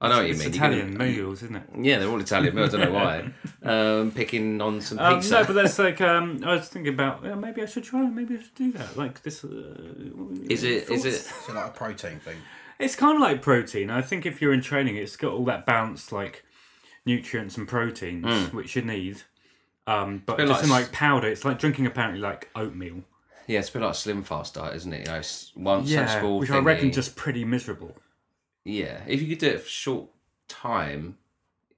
Speaker 1: I know what you
Speaker 3: it's
Speaker 1: mean. You
Speaker 3: Italian
Speaker 1: can-
Speaker 3: noodles, isn't it?
Speaker 1: Yeah, they're all Italian. but I don't know why. Um, picking on some
Speaker 3: Um,
Speaker 1: pizza.
Speaker 3: no, but that's like um, I was thinking about. Yeah, maybe I should try. Maybe I should do that. Like this. Uh,
Speaker 1: is it? Is it?
Speaker 4: So like a protein thing.
Speaker 3: It's kind of like protein. I think if you're in training, it's got all that balanced like nutrients and proteins which you need. Um, but
Speaker 1: bit
Speaker 3: just
Speaker 1: Mm. like
Speaker 3: in
Speaker 1: s-
Speaker 3: like powder, it's like drinking apparently like oatmeal.
Speaker 1: Yeah, it's a bit like a Slim Fast diet, isn't it? You know, s- one
Speaker 3: Yeah,
Speaker 1: sensible
Speaker 3: which I reckon
Speaker 1: thingy.
Speaker 3: just pretty miserable.
Speaker 1: yeah. If you could do it for a short time,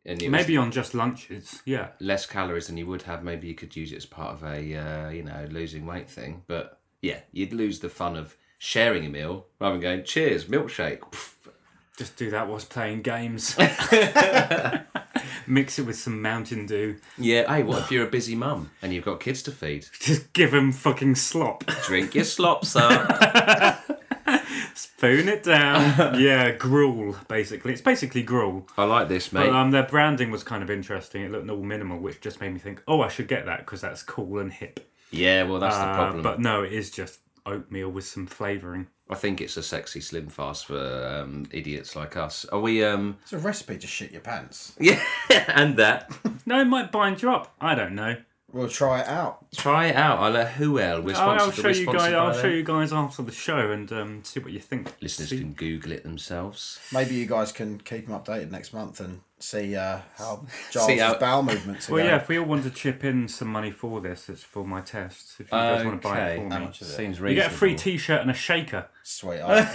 Speaker 1: and you
Speaker 3: Maybe on just lunches. Yeah.
Speaker 1: less calories than you would have. Maybe you could use it as part of a uh, you know losing weight thing. But yeah, you'd lose the fun of sharing a meal rather than going cheers milkshake. Pff,
Speaker 3: Just do that whilst playing games. Mix it with some Mountain Dew.
Speaker 1: Yeah, hey, what if you're a busy mum and you've got kids to feed?
Speaker 3: Just give him fucking slop.
Speaker 1: Drink your slops up.
Speaker 3: Spoon it down. yeah, gruel, basically. It's basically gruel.
Speaker 1: I like this, mate.
Speaker 3: But um, their branding was kind of interesting. It looked all minimal, which just made me think, oh, I should get that because that's cool and hip.
Speaker 1: yeah, well that's the
Speaker 3: Uh,
Speaker 1: problem.
Speaker 3: But no, it is just oatmeal with some flavouring.
Speaker 1: I think it's a sexy slim fast for um, idiots like us. Are we? um
Speaker 4: It's a recipe to shit your pants.
Speaker 1: Yeah, and that.
Speaker 3: No, it might bind you up. I don't know.
Speaker 4: We'll try it out.
Speaker 1: Try it out. I'll let who else. We're
Speaker 3: I'll,
Speaker 1: sponsored,
Speaker 3: I'll show
Speaker 1: we're
Speaker 3: you
Speaker 1: sponsored
Speaker 3: guys.
Speaker 1: by
Speaker 3: I'll
Speaker 1: them.
Speaker 3: show you guys after the show and um, see what you think.
Speaker 1: Listeners
Speaker 3: See-
Speaker 1: can Google it themselves.
Speaker 4: Maybe you guys can keep them updated next month and see uh, how
Speaker 1: See
Speaker 4: Giles'
Speaker 1: how-
Speaker 4: bowel movements are
Speaker 3: Well, yeah,
Speaker 4: going.
Speaker 3: if we all want to chip in some money for this, it's for my tests. If you guys want to buy it
Speaker 1: Okay. um,
Speaker 3: for
Speaker 4: How
Speaker 3: me,
Speaker 4: much is it?
Speaker 1: Seems reasonable.
Speaker 3: you get a free t shirt and a shaker.
Speaker 4: Sweet. I'll,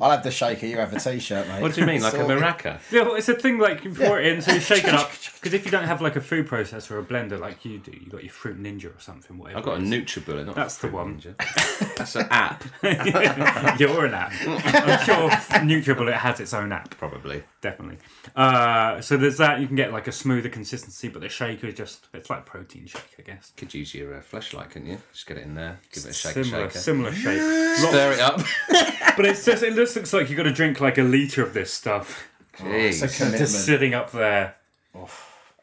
Speaker 4: I'll have the shaker. You have the t-shirt, mate.
Speaker 1: What do you mean, like a
Speaker 4: Sorted.
Speaker 1: maraca?
Speaker 3: Yeah, well, it's a thing like you pour it in, so you shake it up. Because if you don't have like a food processor or a blender like you do, you got your Fruit Ninja or something, whatever.
Speaker 1: I've got a
Speaker 3: it is.
Speaker 1: NutriBullet. Not
Speaker 3: That's
Speaker 1: a
Speaker 3: the
Speaker 1: fruit
Speaker 3: one.
Speaker 1: ninja. That's an app,
Speaker 3: You're an app. I'm sure NutriBullet has its own app,
Speaker 1: probably.
Speaker 3: definitely. Uh, so there's that. You can get like a smoother consistency, but the shaker is just, it's like protein shake, I guess.
Speaker 1: Could use your uh, flashlight, couldn't you? Just get it in there, give it a shake,
Speaker 3: Similar, Oh,
Speaker 1: shaker.
Speaker 3: similar shape. Lots-
Speaker 1: Stir it up.
Speaker 3: but it's just, it just looks like you've got to drink like a litre of this stuff.
Speaker 4: It's a
Speaker 1: Jeez.
Speaker 4: commitment.
Speaker 3: Just sitting up there.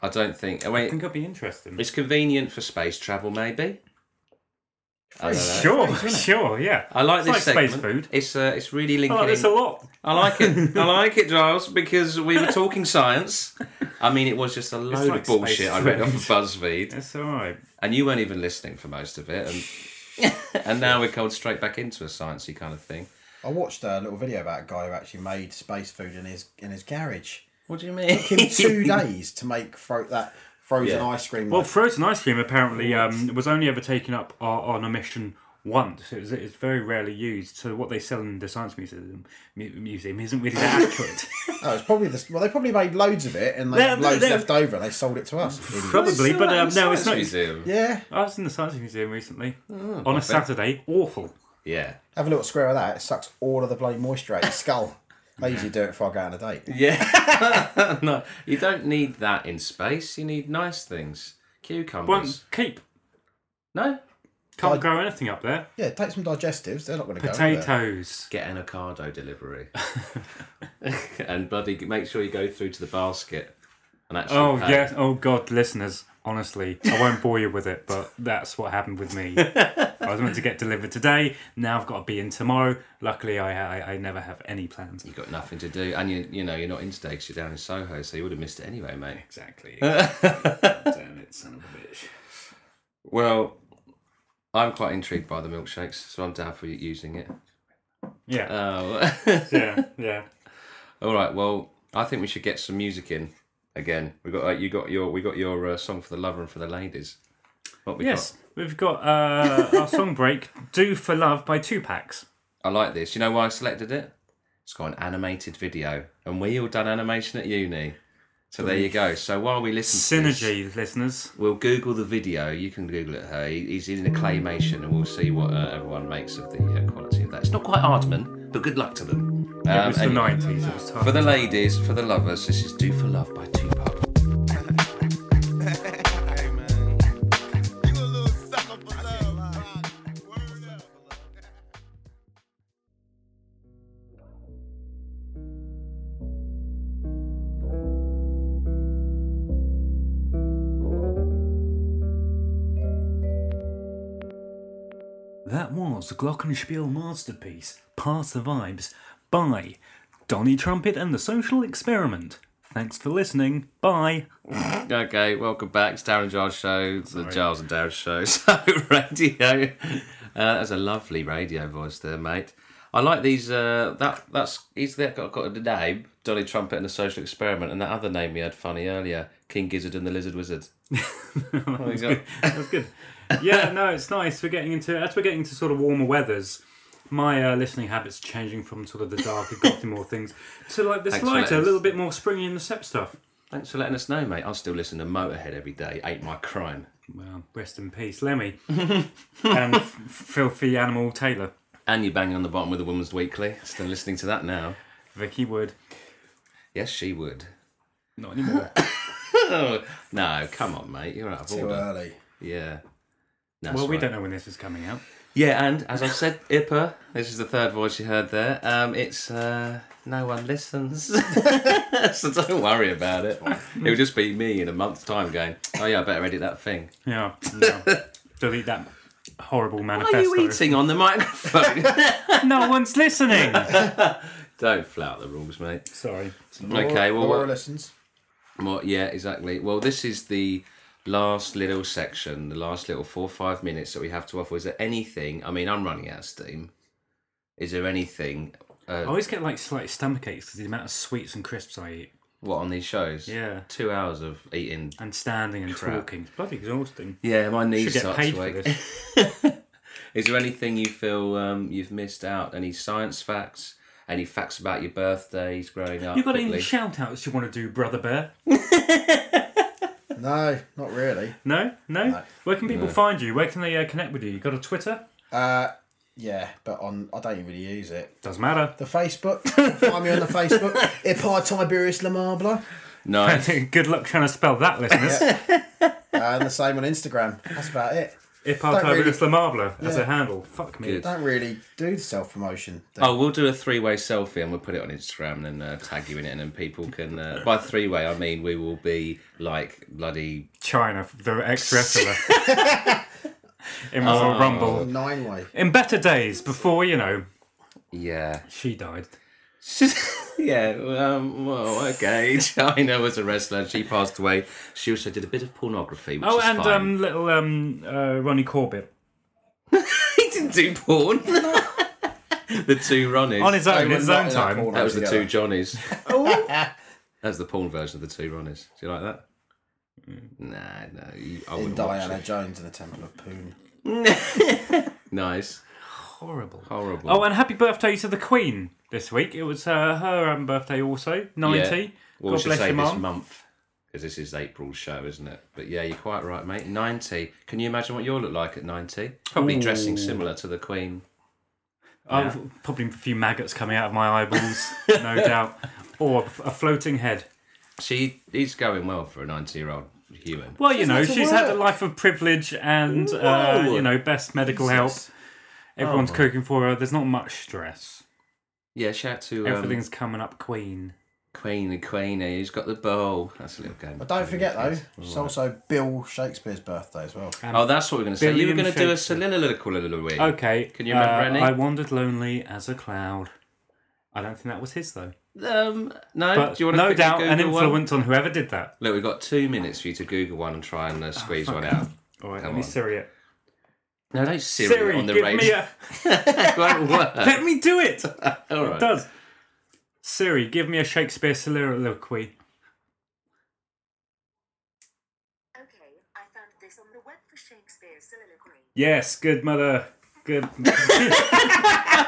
Speaker 1: I don't think. I
Speaker 3: I
Speaker 1: mean,
Speaker 3: think it'd be interesting.
Speaker 1: it's convenient for space travel, maybe. I don't know.
Speaker 3: Sure, sure, yeah.
Speaker 1: I like
Speaker 3: It's
Speaker 1: this
Speaker 3: like
Speaker 1: segment.
Speaker 3: space food.
Speaker 1: It's uh, it's really linking.
Speaker 3: Oh, there's
Speaker 1: in-
Speaker 3: a lot.
Speaker 1: I like it. I like it, Giles, because we were talking science. I mean, it was just a load
Speaker 3: like
Speaker 1: of
Speaker 3: space
Speaker 1: bullshit I read
Speaker 3: food.
Speaker 1: off of BuzzFeed,
Speaker 3: It's all right.
Speaker 1: and you weren't even listening for most of it. And and now we're called straight back into a sciencey kind of thing.
Speaker 4: I watched a little video about a guy who actually made space food in his in his garage.
Speaker 1: What do you mean?
Speaker 4: Took him two days to make fro- that frozen
Speaker 1: Yeah.
Speaker 4: ice cream.
Speaker 3: Well,
Speaker 4: like,
Speaker 3: frozen ice cream apparently um, was only ever taken up o- on a mission once. It was, it's very rarely used. So what they sell in the science museum mu- museum isn't really that accurate.
Speaker 4: oh, it's probably the, well, they probably made loads of it and they
Speaker 3: They're-
Speaker 4: had loads
Speaker 3: they're-
Speaker 4: left over and they sold it to us.
Speaker 3: Probably, but um, no, it's not.
Speaker 1: Museum. Oh,
Speaker 4: yeah,
Speaker 3: I was in the science museum recently on a Saturday. Awful.
Speaker 1: Yeah.
Speaker 4: have a little square of that. It sucks all of the bloody moisture out of your skull. I usually do it before I go on a date.
Speaker 1: Yeah. no, you don't need that in space. You need nice things.
Speaker 3: One
Speaker 1: Cucumbers.
Speaker 3: keep
Speaker 1: No.
Speaker 3: can't
Speaker 4: Like-
Speaker 3: grow anything up there.
Speaker 4: Yeah, take some digestives. They're not going to go. in there.
Speaker 3: Potatoes.
Speaker 1: Get an Ocado delivery. and bloody make sure you go through to the basket. And actually
Speaker 3: Oh
Speaker 1: pay.
Speaker 3: yes. Oh god, listeners. Honestly, I won't bore you with it, but that's what happened with me. I was meant to get delivered today. Now I've got to be in tomorrow. Luckily, I I, I never have any plans.
Speaker 1: You've got nothing to do, and you you know you're not in Stakes, you're down in Soho, so you would have missed it anyway, mate.
Speaker 3: Exactly. Damn it, son of a bitch.
Speaker 1: Well, I'm quite intrigued by the milkshakes, so I'm down for you using it.
Speaker 3: Yeah,
Speaker 1: Oh,
Speaker 3: yeah, yeah.
Speaker 1: all right. Well, I think we should get some music in again. We got uh, you got your we got your uh, song for the lover and for the ladies. What we
Speaker 3: Yes, we've got uh, our song break, Do for Love by Tupac's.
Speaker 1: got? I like this. You know why I selected it? It's got an animated video, and we all done animation at uni. So there you go. So while we listen, to this-
Speaker 3: Synergy, listeners.
Speaker 1: We'll Google the video. You can Google it. Her. He- He's in a claymation, and we'll see what uh, everyone makes of the uh, quality of that. It's not quite Aardman, but good luck to them.
Speaker 3: It
Speaker 1: Um,
Speaker 3: was the
Speaker 1: anyway,
Speaker 3: 90s, it was tough.
Speaker 1: For the ladies, for the lovers, this is "Do for Love" by Tupac.
Speaker 6: You a little sucker for love. Word up.
Speaker 3: That was the Glockenspiel masterpiece, Pass the Vibes, by Donny Trumpet and the Social Experiment. Thanks for listening. Bye.
Speaker 1: Okay, welcome back. It's Darren and Giles show, the Giles and Darren show. So radio. Uh, that's a lovely radio voice there, mate. I like these. Uh, that that's he's there got got a name, Donny Trumpet and the Social Experiment, and that other name we had funny earlier, King Gizzard and the Lizard Wizard. What you got?
Speaker 3: That's good. Yeah, no, it's nice. We're getting into as we're getting into sort of warmer weathers. My uh, listening habits changing from sort of the darker, gothy more things to like this
Speaker 1: Thanks for
Speaker 3: lighter, a
Speaker 1: letting us-
Speaker 3: little bit more springy and the sep stuff.
Speaker 1: Thanks for letting us know, mate. I still listen to Motorhead every day. Ain't my crime.
Speaker 3: Well, rest in peace, Lemmy and f- filthy animal Taylor,
Speaker 1: And you're banging on the bottom with the Woman's Weekly. Still listening to that now.
Speaker 3: Vicky Wood.
Speaker 1: Yes, she would.
Speaker 3: Not anymore.
Speaker 1: Oh, no, come on, mate. You're out of
Speaker 4: Too
Speaker 1: order.
Speaker 4: early.
Speaker 1: Yeah. No,
Speaker 3: well,
Speaker 1: it's
Speaker 3: we
Speaker 1: all right.
Speaker 3: don't know when this is coming out.
Speaker 1: Yeah, and as I've said, Ippa, this is the third voice you heard there. Um, it's uh, no one listens, so don't worry about it. It'll just be me in a month's time going, oh yeah, I better edit that thing.
Speaker 3: Yeah, no. delete that horrible
Speaker 1: Why
Speaker 3: manifesto.
Speaker 1: are you eating on the microphone?
Speaker 3: No one's listening.
Speaker 1: don't flout the rules, mate.
Speaker 3: Sorry.
Speaker 1: Okay, well,
Speaker 4: Laura
Speaker 1: what-
Speaker 4: listens.
Speaker 1: Well, yeah, exactly. Well, this is the last little section, the last little four five minutes that we have to offer. Is there anything? I mean, I'm running out of steam. Is there anything?
Speaker 3: I always get like slight stomach aches because the amount of sweets and crisps I eat.
Speaker 1: What on these shows?
Speaker 3: Yeah.
Speaker 1: Two hours of eating.
Speaker 3: And standing and
Speaker 1: Crap.
Speaker 3: talking. It's bloody exhausting.
Speaker 1: Yeah, my
Speaker 3: Should
Speaker 1: knees
Speaker 3: get
Speaker 1: start
Speaker 3: paid
Speaker 1: to
Speaker 3: for
Speaker 1: ache.
Speaker 3: this.
Speaker 1: Is there anything you feel um, you've missed out? Any science facts? Any facts about your birthdays growing up?
Speaker 3: You've got any
Speaker 1: quickly?
Speaker 3: shout outs you want to do, Brother Bear?
Speaker 4: No, not really.
Speaker 3: No? No?
Speaker 4: No.
Speaker 3: Where can people find you? Where can they uh, connect with you? You got a Twitter?
Speaker 4: Uh, yeah, but on I don't even really use it.
Speaker 3: Doesn't matter.
Speaker 4: The Facebook, find me on the Facebook. Ipai Tiberius Lamarbla,
Speaker 1: Nice.
Speaker 3: Good luck trying to spell that, listeners.
Speaker 4: and the same on Instagram. That's about it.
Speaker 3: If
Speaker 4: Don't really-
Speaker 3: Artobulus Lamarbla as a
Speaker 4: Yeah.
Speaker 3: handle. Fuck me.
Speaker 1: Good.
Speaker 4: Don't really do the self promotion.
Speaker 1: Oh, we'll do a three-way selfie and we'll put it on Instagram and uh, tag you in it, and then people can. Uh, by three-way, I mean we will be like bloody
Speaker 3: China, the ex wrestler. in Royal Rumble.
Speaker 4: Nine way.
Speaker 3: In better days, before, you know,
Speaker 1: yeah,
Speaker 3: she died.
Speaker 1: yeah. Um, well, okay. China was a wrestler. and She passed away. She also did a bit of pornography. Which
Speaker 3: Oh,
Speaker 1: is
Speaker 3: and
Speaker 1: fine.
Speaker 3: um, little um, uh, Ronnie Corbett.
Speaker 1: he didn't do porn. the two Ronnies.
Speaker 3: On his
Speaker 4: They
Speaker 3: own,
Speaker 4: were
Speaker 3: in his
Speaker 4: not
Speaker 3: own
Speaker 4: in that
Speaker 3: time.
Speaker 4: corner
Speaker 1: that was the
Speaker 4: together.
Speaker 1: two Johnnies. That's the porn version of the two Ronnies. Do you like that? Nah, no. You, I
Speaker 4: In
Speaker 1: wouldn't watch
Speaker 4: Diana
Speaker 1: it.
Speaker 4: Jones in the Temple of Poon.
Speaker 1: Nice.
Speaker 3: Horrible.
Speaker 1: Horrible.
Speaker 3: Oh, and happy birthday to the Queen this week. It was uh, her um, birthday also, 90.
Speaker 1: Yeah. Well, we
Speaker 3: God
Speaker 1: should
Speaker 3: bless
Speaker 1: say
Speaker 3: your
Speaker 1: this
Speaker 3: mum.
Speaker 1: month because this is April's show, isn't it? But yeah, you're quite right, mate. Ninety. Can you imagine what you'll look like at ninety? Probably dressing similar to the Queen.
Speaker 3: I've Oh, probably a few maggots coming out of my eyeballs, no doubt. Or a floating head.
Speaker 1: She is going well for a ninety-year-old human.
Speaker 3: Well, you know,
Speaker 4: had to
Speaker 3: she's had a
Speaker 4: work.
Speaker 3: life of privilege and, uh,
Speaker 1: Whoa.
Speaker 3: you know, best medical help. Everyone's
Speaker 1: Oh.
Speaker 3: cooking for her. There's not much stress.
Speaker 1: Yeah, shout to um,
Speaker 3: Everything's coming up queen.
Speaker 1: Queen and Queenie. Who's got the bowl? That's a little game.
Speaker 4: But don't forget though, it's
Speaker 1: All right.
Speaker 4: also Bill Shakespeare's birthday as well.
Speaker 1: Oh, that's what we're going to say. You were
Speaker 3: Billion
Speaker 1: going to do a
Speaker 3: shakes.
Speaker 1: soliloquy, Louis.
Speaker 3: Okay.
Speaker 1: Can you remember
Speaker 3: uh,
Speaker 1: any?
Speaker 3: I wandered lonely as a cloud. I don't think that was his, though.
Speaker 1: Um, no.
Speaker 3: But
Speaker 1: do you want to
Speaker 3: no doubt an
Speaker 1: One?
Speaker 3: influence on whoever did that.
Speaker 1: Look, we've got two minutes for you to Google one and try
Speaker 3: Oh,
Speaker 1: and uh, squeeze one out.
Speaker 3: All right,
Speaker 1: Come
Speaker 3: let me
Speaker 1: on.
Speaker 3: Siri it.
Speaker 1: No, don't Siri,
Speaker 3: Siri,
Speaker 1: on the
Speaker 3: give
Speaker 1: radio.
Speaker 3: me a.
Speaker 1: It won't work.
Speaker 3: Let me do it! It
Speaker 1: All right.
Speaker 3: does. Siri, give me a Shakespeare soliloquy.
Speaker 7: Okay, I found this on the web for Shakespeare's soliloquy.
Speaker 3: Yes, good mother. Good.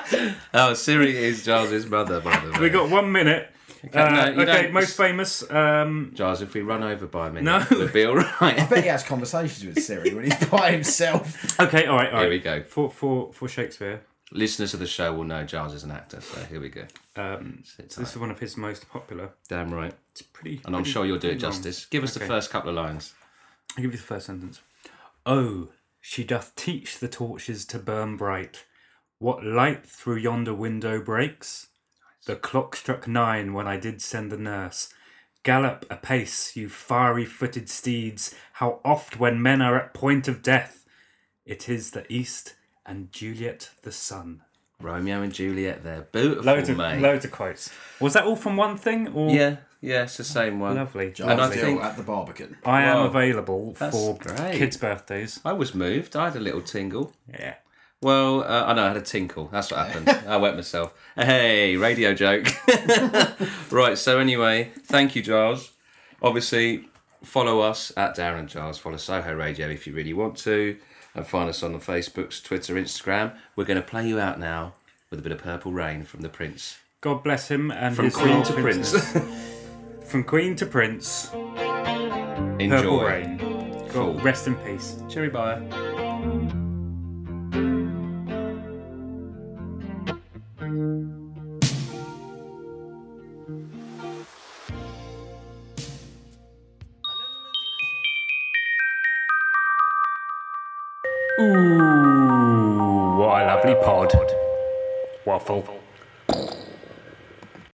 Speaker 1: Oh, Siri is Giles's mother, by the way.
Speaker 3: we got one minute. Okay,
Speaker 1: no, you
Speaker 3: okay
Speaker 1: don't-
Speaker 3: most famous. Um,
Speaker 1: Giles. If we run over by a minute,
Speaker 3: No.
Speaker 1: we'll be all
Speaker 4: I bet
Speaker 1: right.
Speaker 4: he has conversations with Siri when he's by himself.
Speaker 3: okay, all right, all right.
Speaker 1: Here we go.
Speaker 3: For, for, for Shakespeare,
Speaker 1: Listeners of the show will know Giles is an actor, so here we go.
Speaker 3: um,
Speaker 1: Sit
Speaker 3: this is
Speaker 1: tight.
Speaker 3: one of his most popular.
Speaker 1: Damn right.
Speaker 3: It's pretty.
Speaker 1: And I'm
Speaker 3: pretty-
Speaker 1: sure you'll do it
Speaker 3: pretty long.
Speaker 1: justice. Give us the
Speaker 3: Okay.
Speaker 1: first couple of lines.
Speaker 3: I'll give you the first sentence. Oh, she doth teach the torches to burn bright. What light through yonder window breaks? The clock struck nine when I did send the nurse. Gallop apace, you fiery footed steeds, how oft when men are at point of death. It is the east and Juliet the sun.
Speaker 1: Romeo and Juliet, they're beautiful,
Speaker 3: Loads of,
Speaker 1: mate.
Speaker 3: loads of quotes. Was that all from one thing? Or...
Speaker 1: Yeah, yeah, it's the same one.
Speaker 3: Lovely.
Speaker 1: And I
Speaker 4: Bill
Speaker 1: think-
Speaker 4: at the Barbican.
Speaker 3: I am
Speaker 1: Wow.
Speaker 3: available
Speaker 1: That's
Speaker 3: for
Speaker 1: great.
Speaker 3: kids' birthdays.
Speaker 1: I was moved. I had a little tingle.
Speaker 3: Yeah.
Speaker 1: Well, uh, I know I had a tinkle. That's what happened. I wet myself. Hey, radio joke. right. So anyway, thank you, Giles. Obviously, follow us at Darren and Giles. Follow Soho Radio if you really want to, and find us on the Facebooks, Twitter, Instagram. We're going to play you out now with a bit of Purple Rain from the Prince,
Speaker 3: God bless him and
Speaker 1: from
Speaker 3: his
Speaker 1: Queen
Speaker 3: royal
Speaker 1: to Prince.
Speaker 3: princess. From Queen to Prince. Purple
Speaker 1: Enjoy.
Speaker 3: Rain. God,
Speaker 1: Cool.
Speaker 3: Rest in peace.
Speaker 1: Cherry bye.
Speaker 3: Ooh, what a lovely pod. Waffle.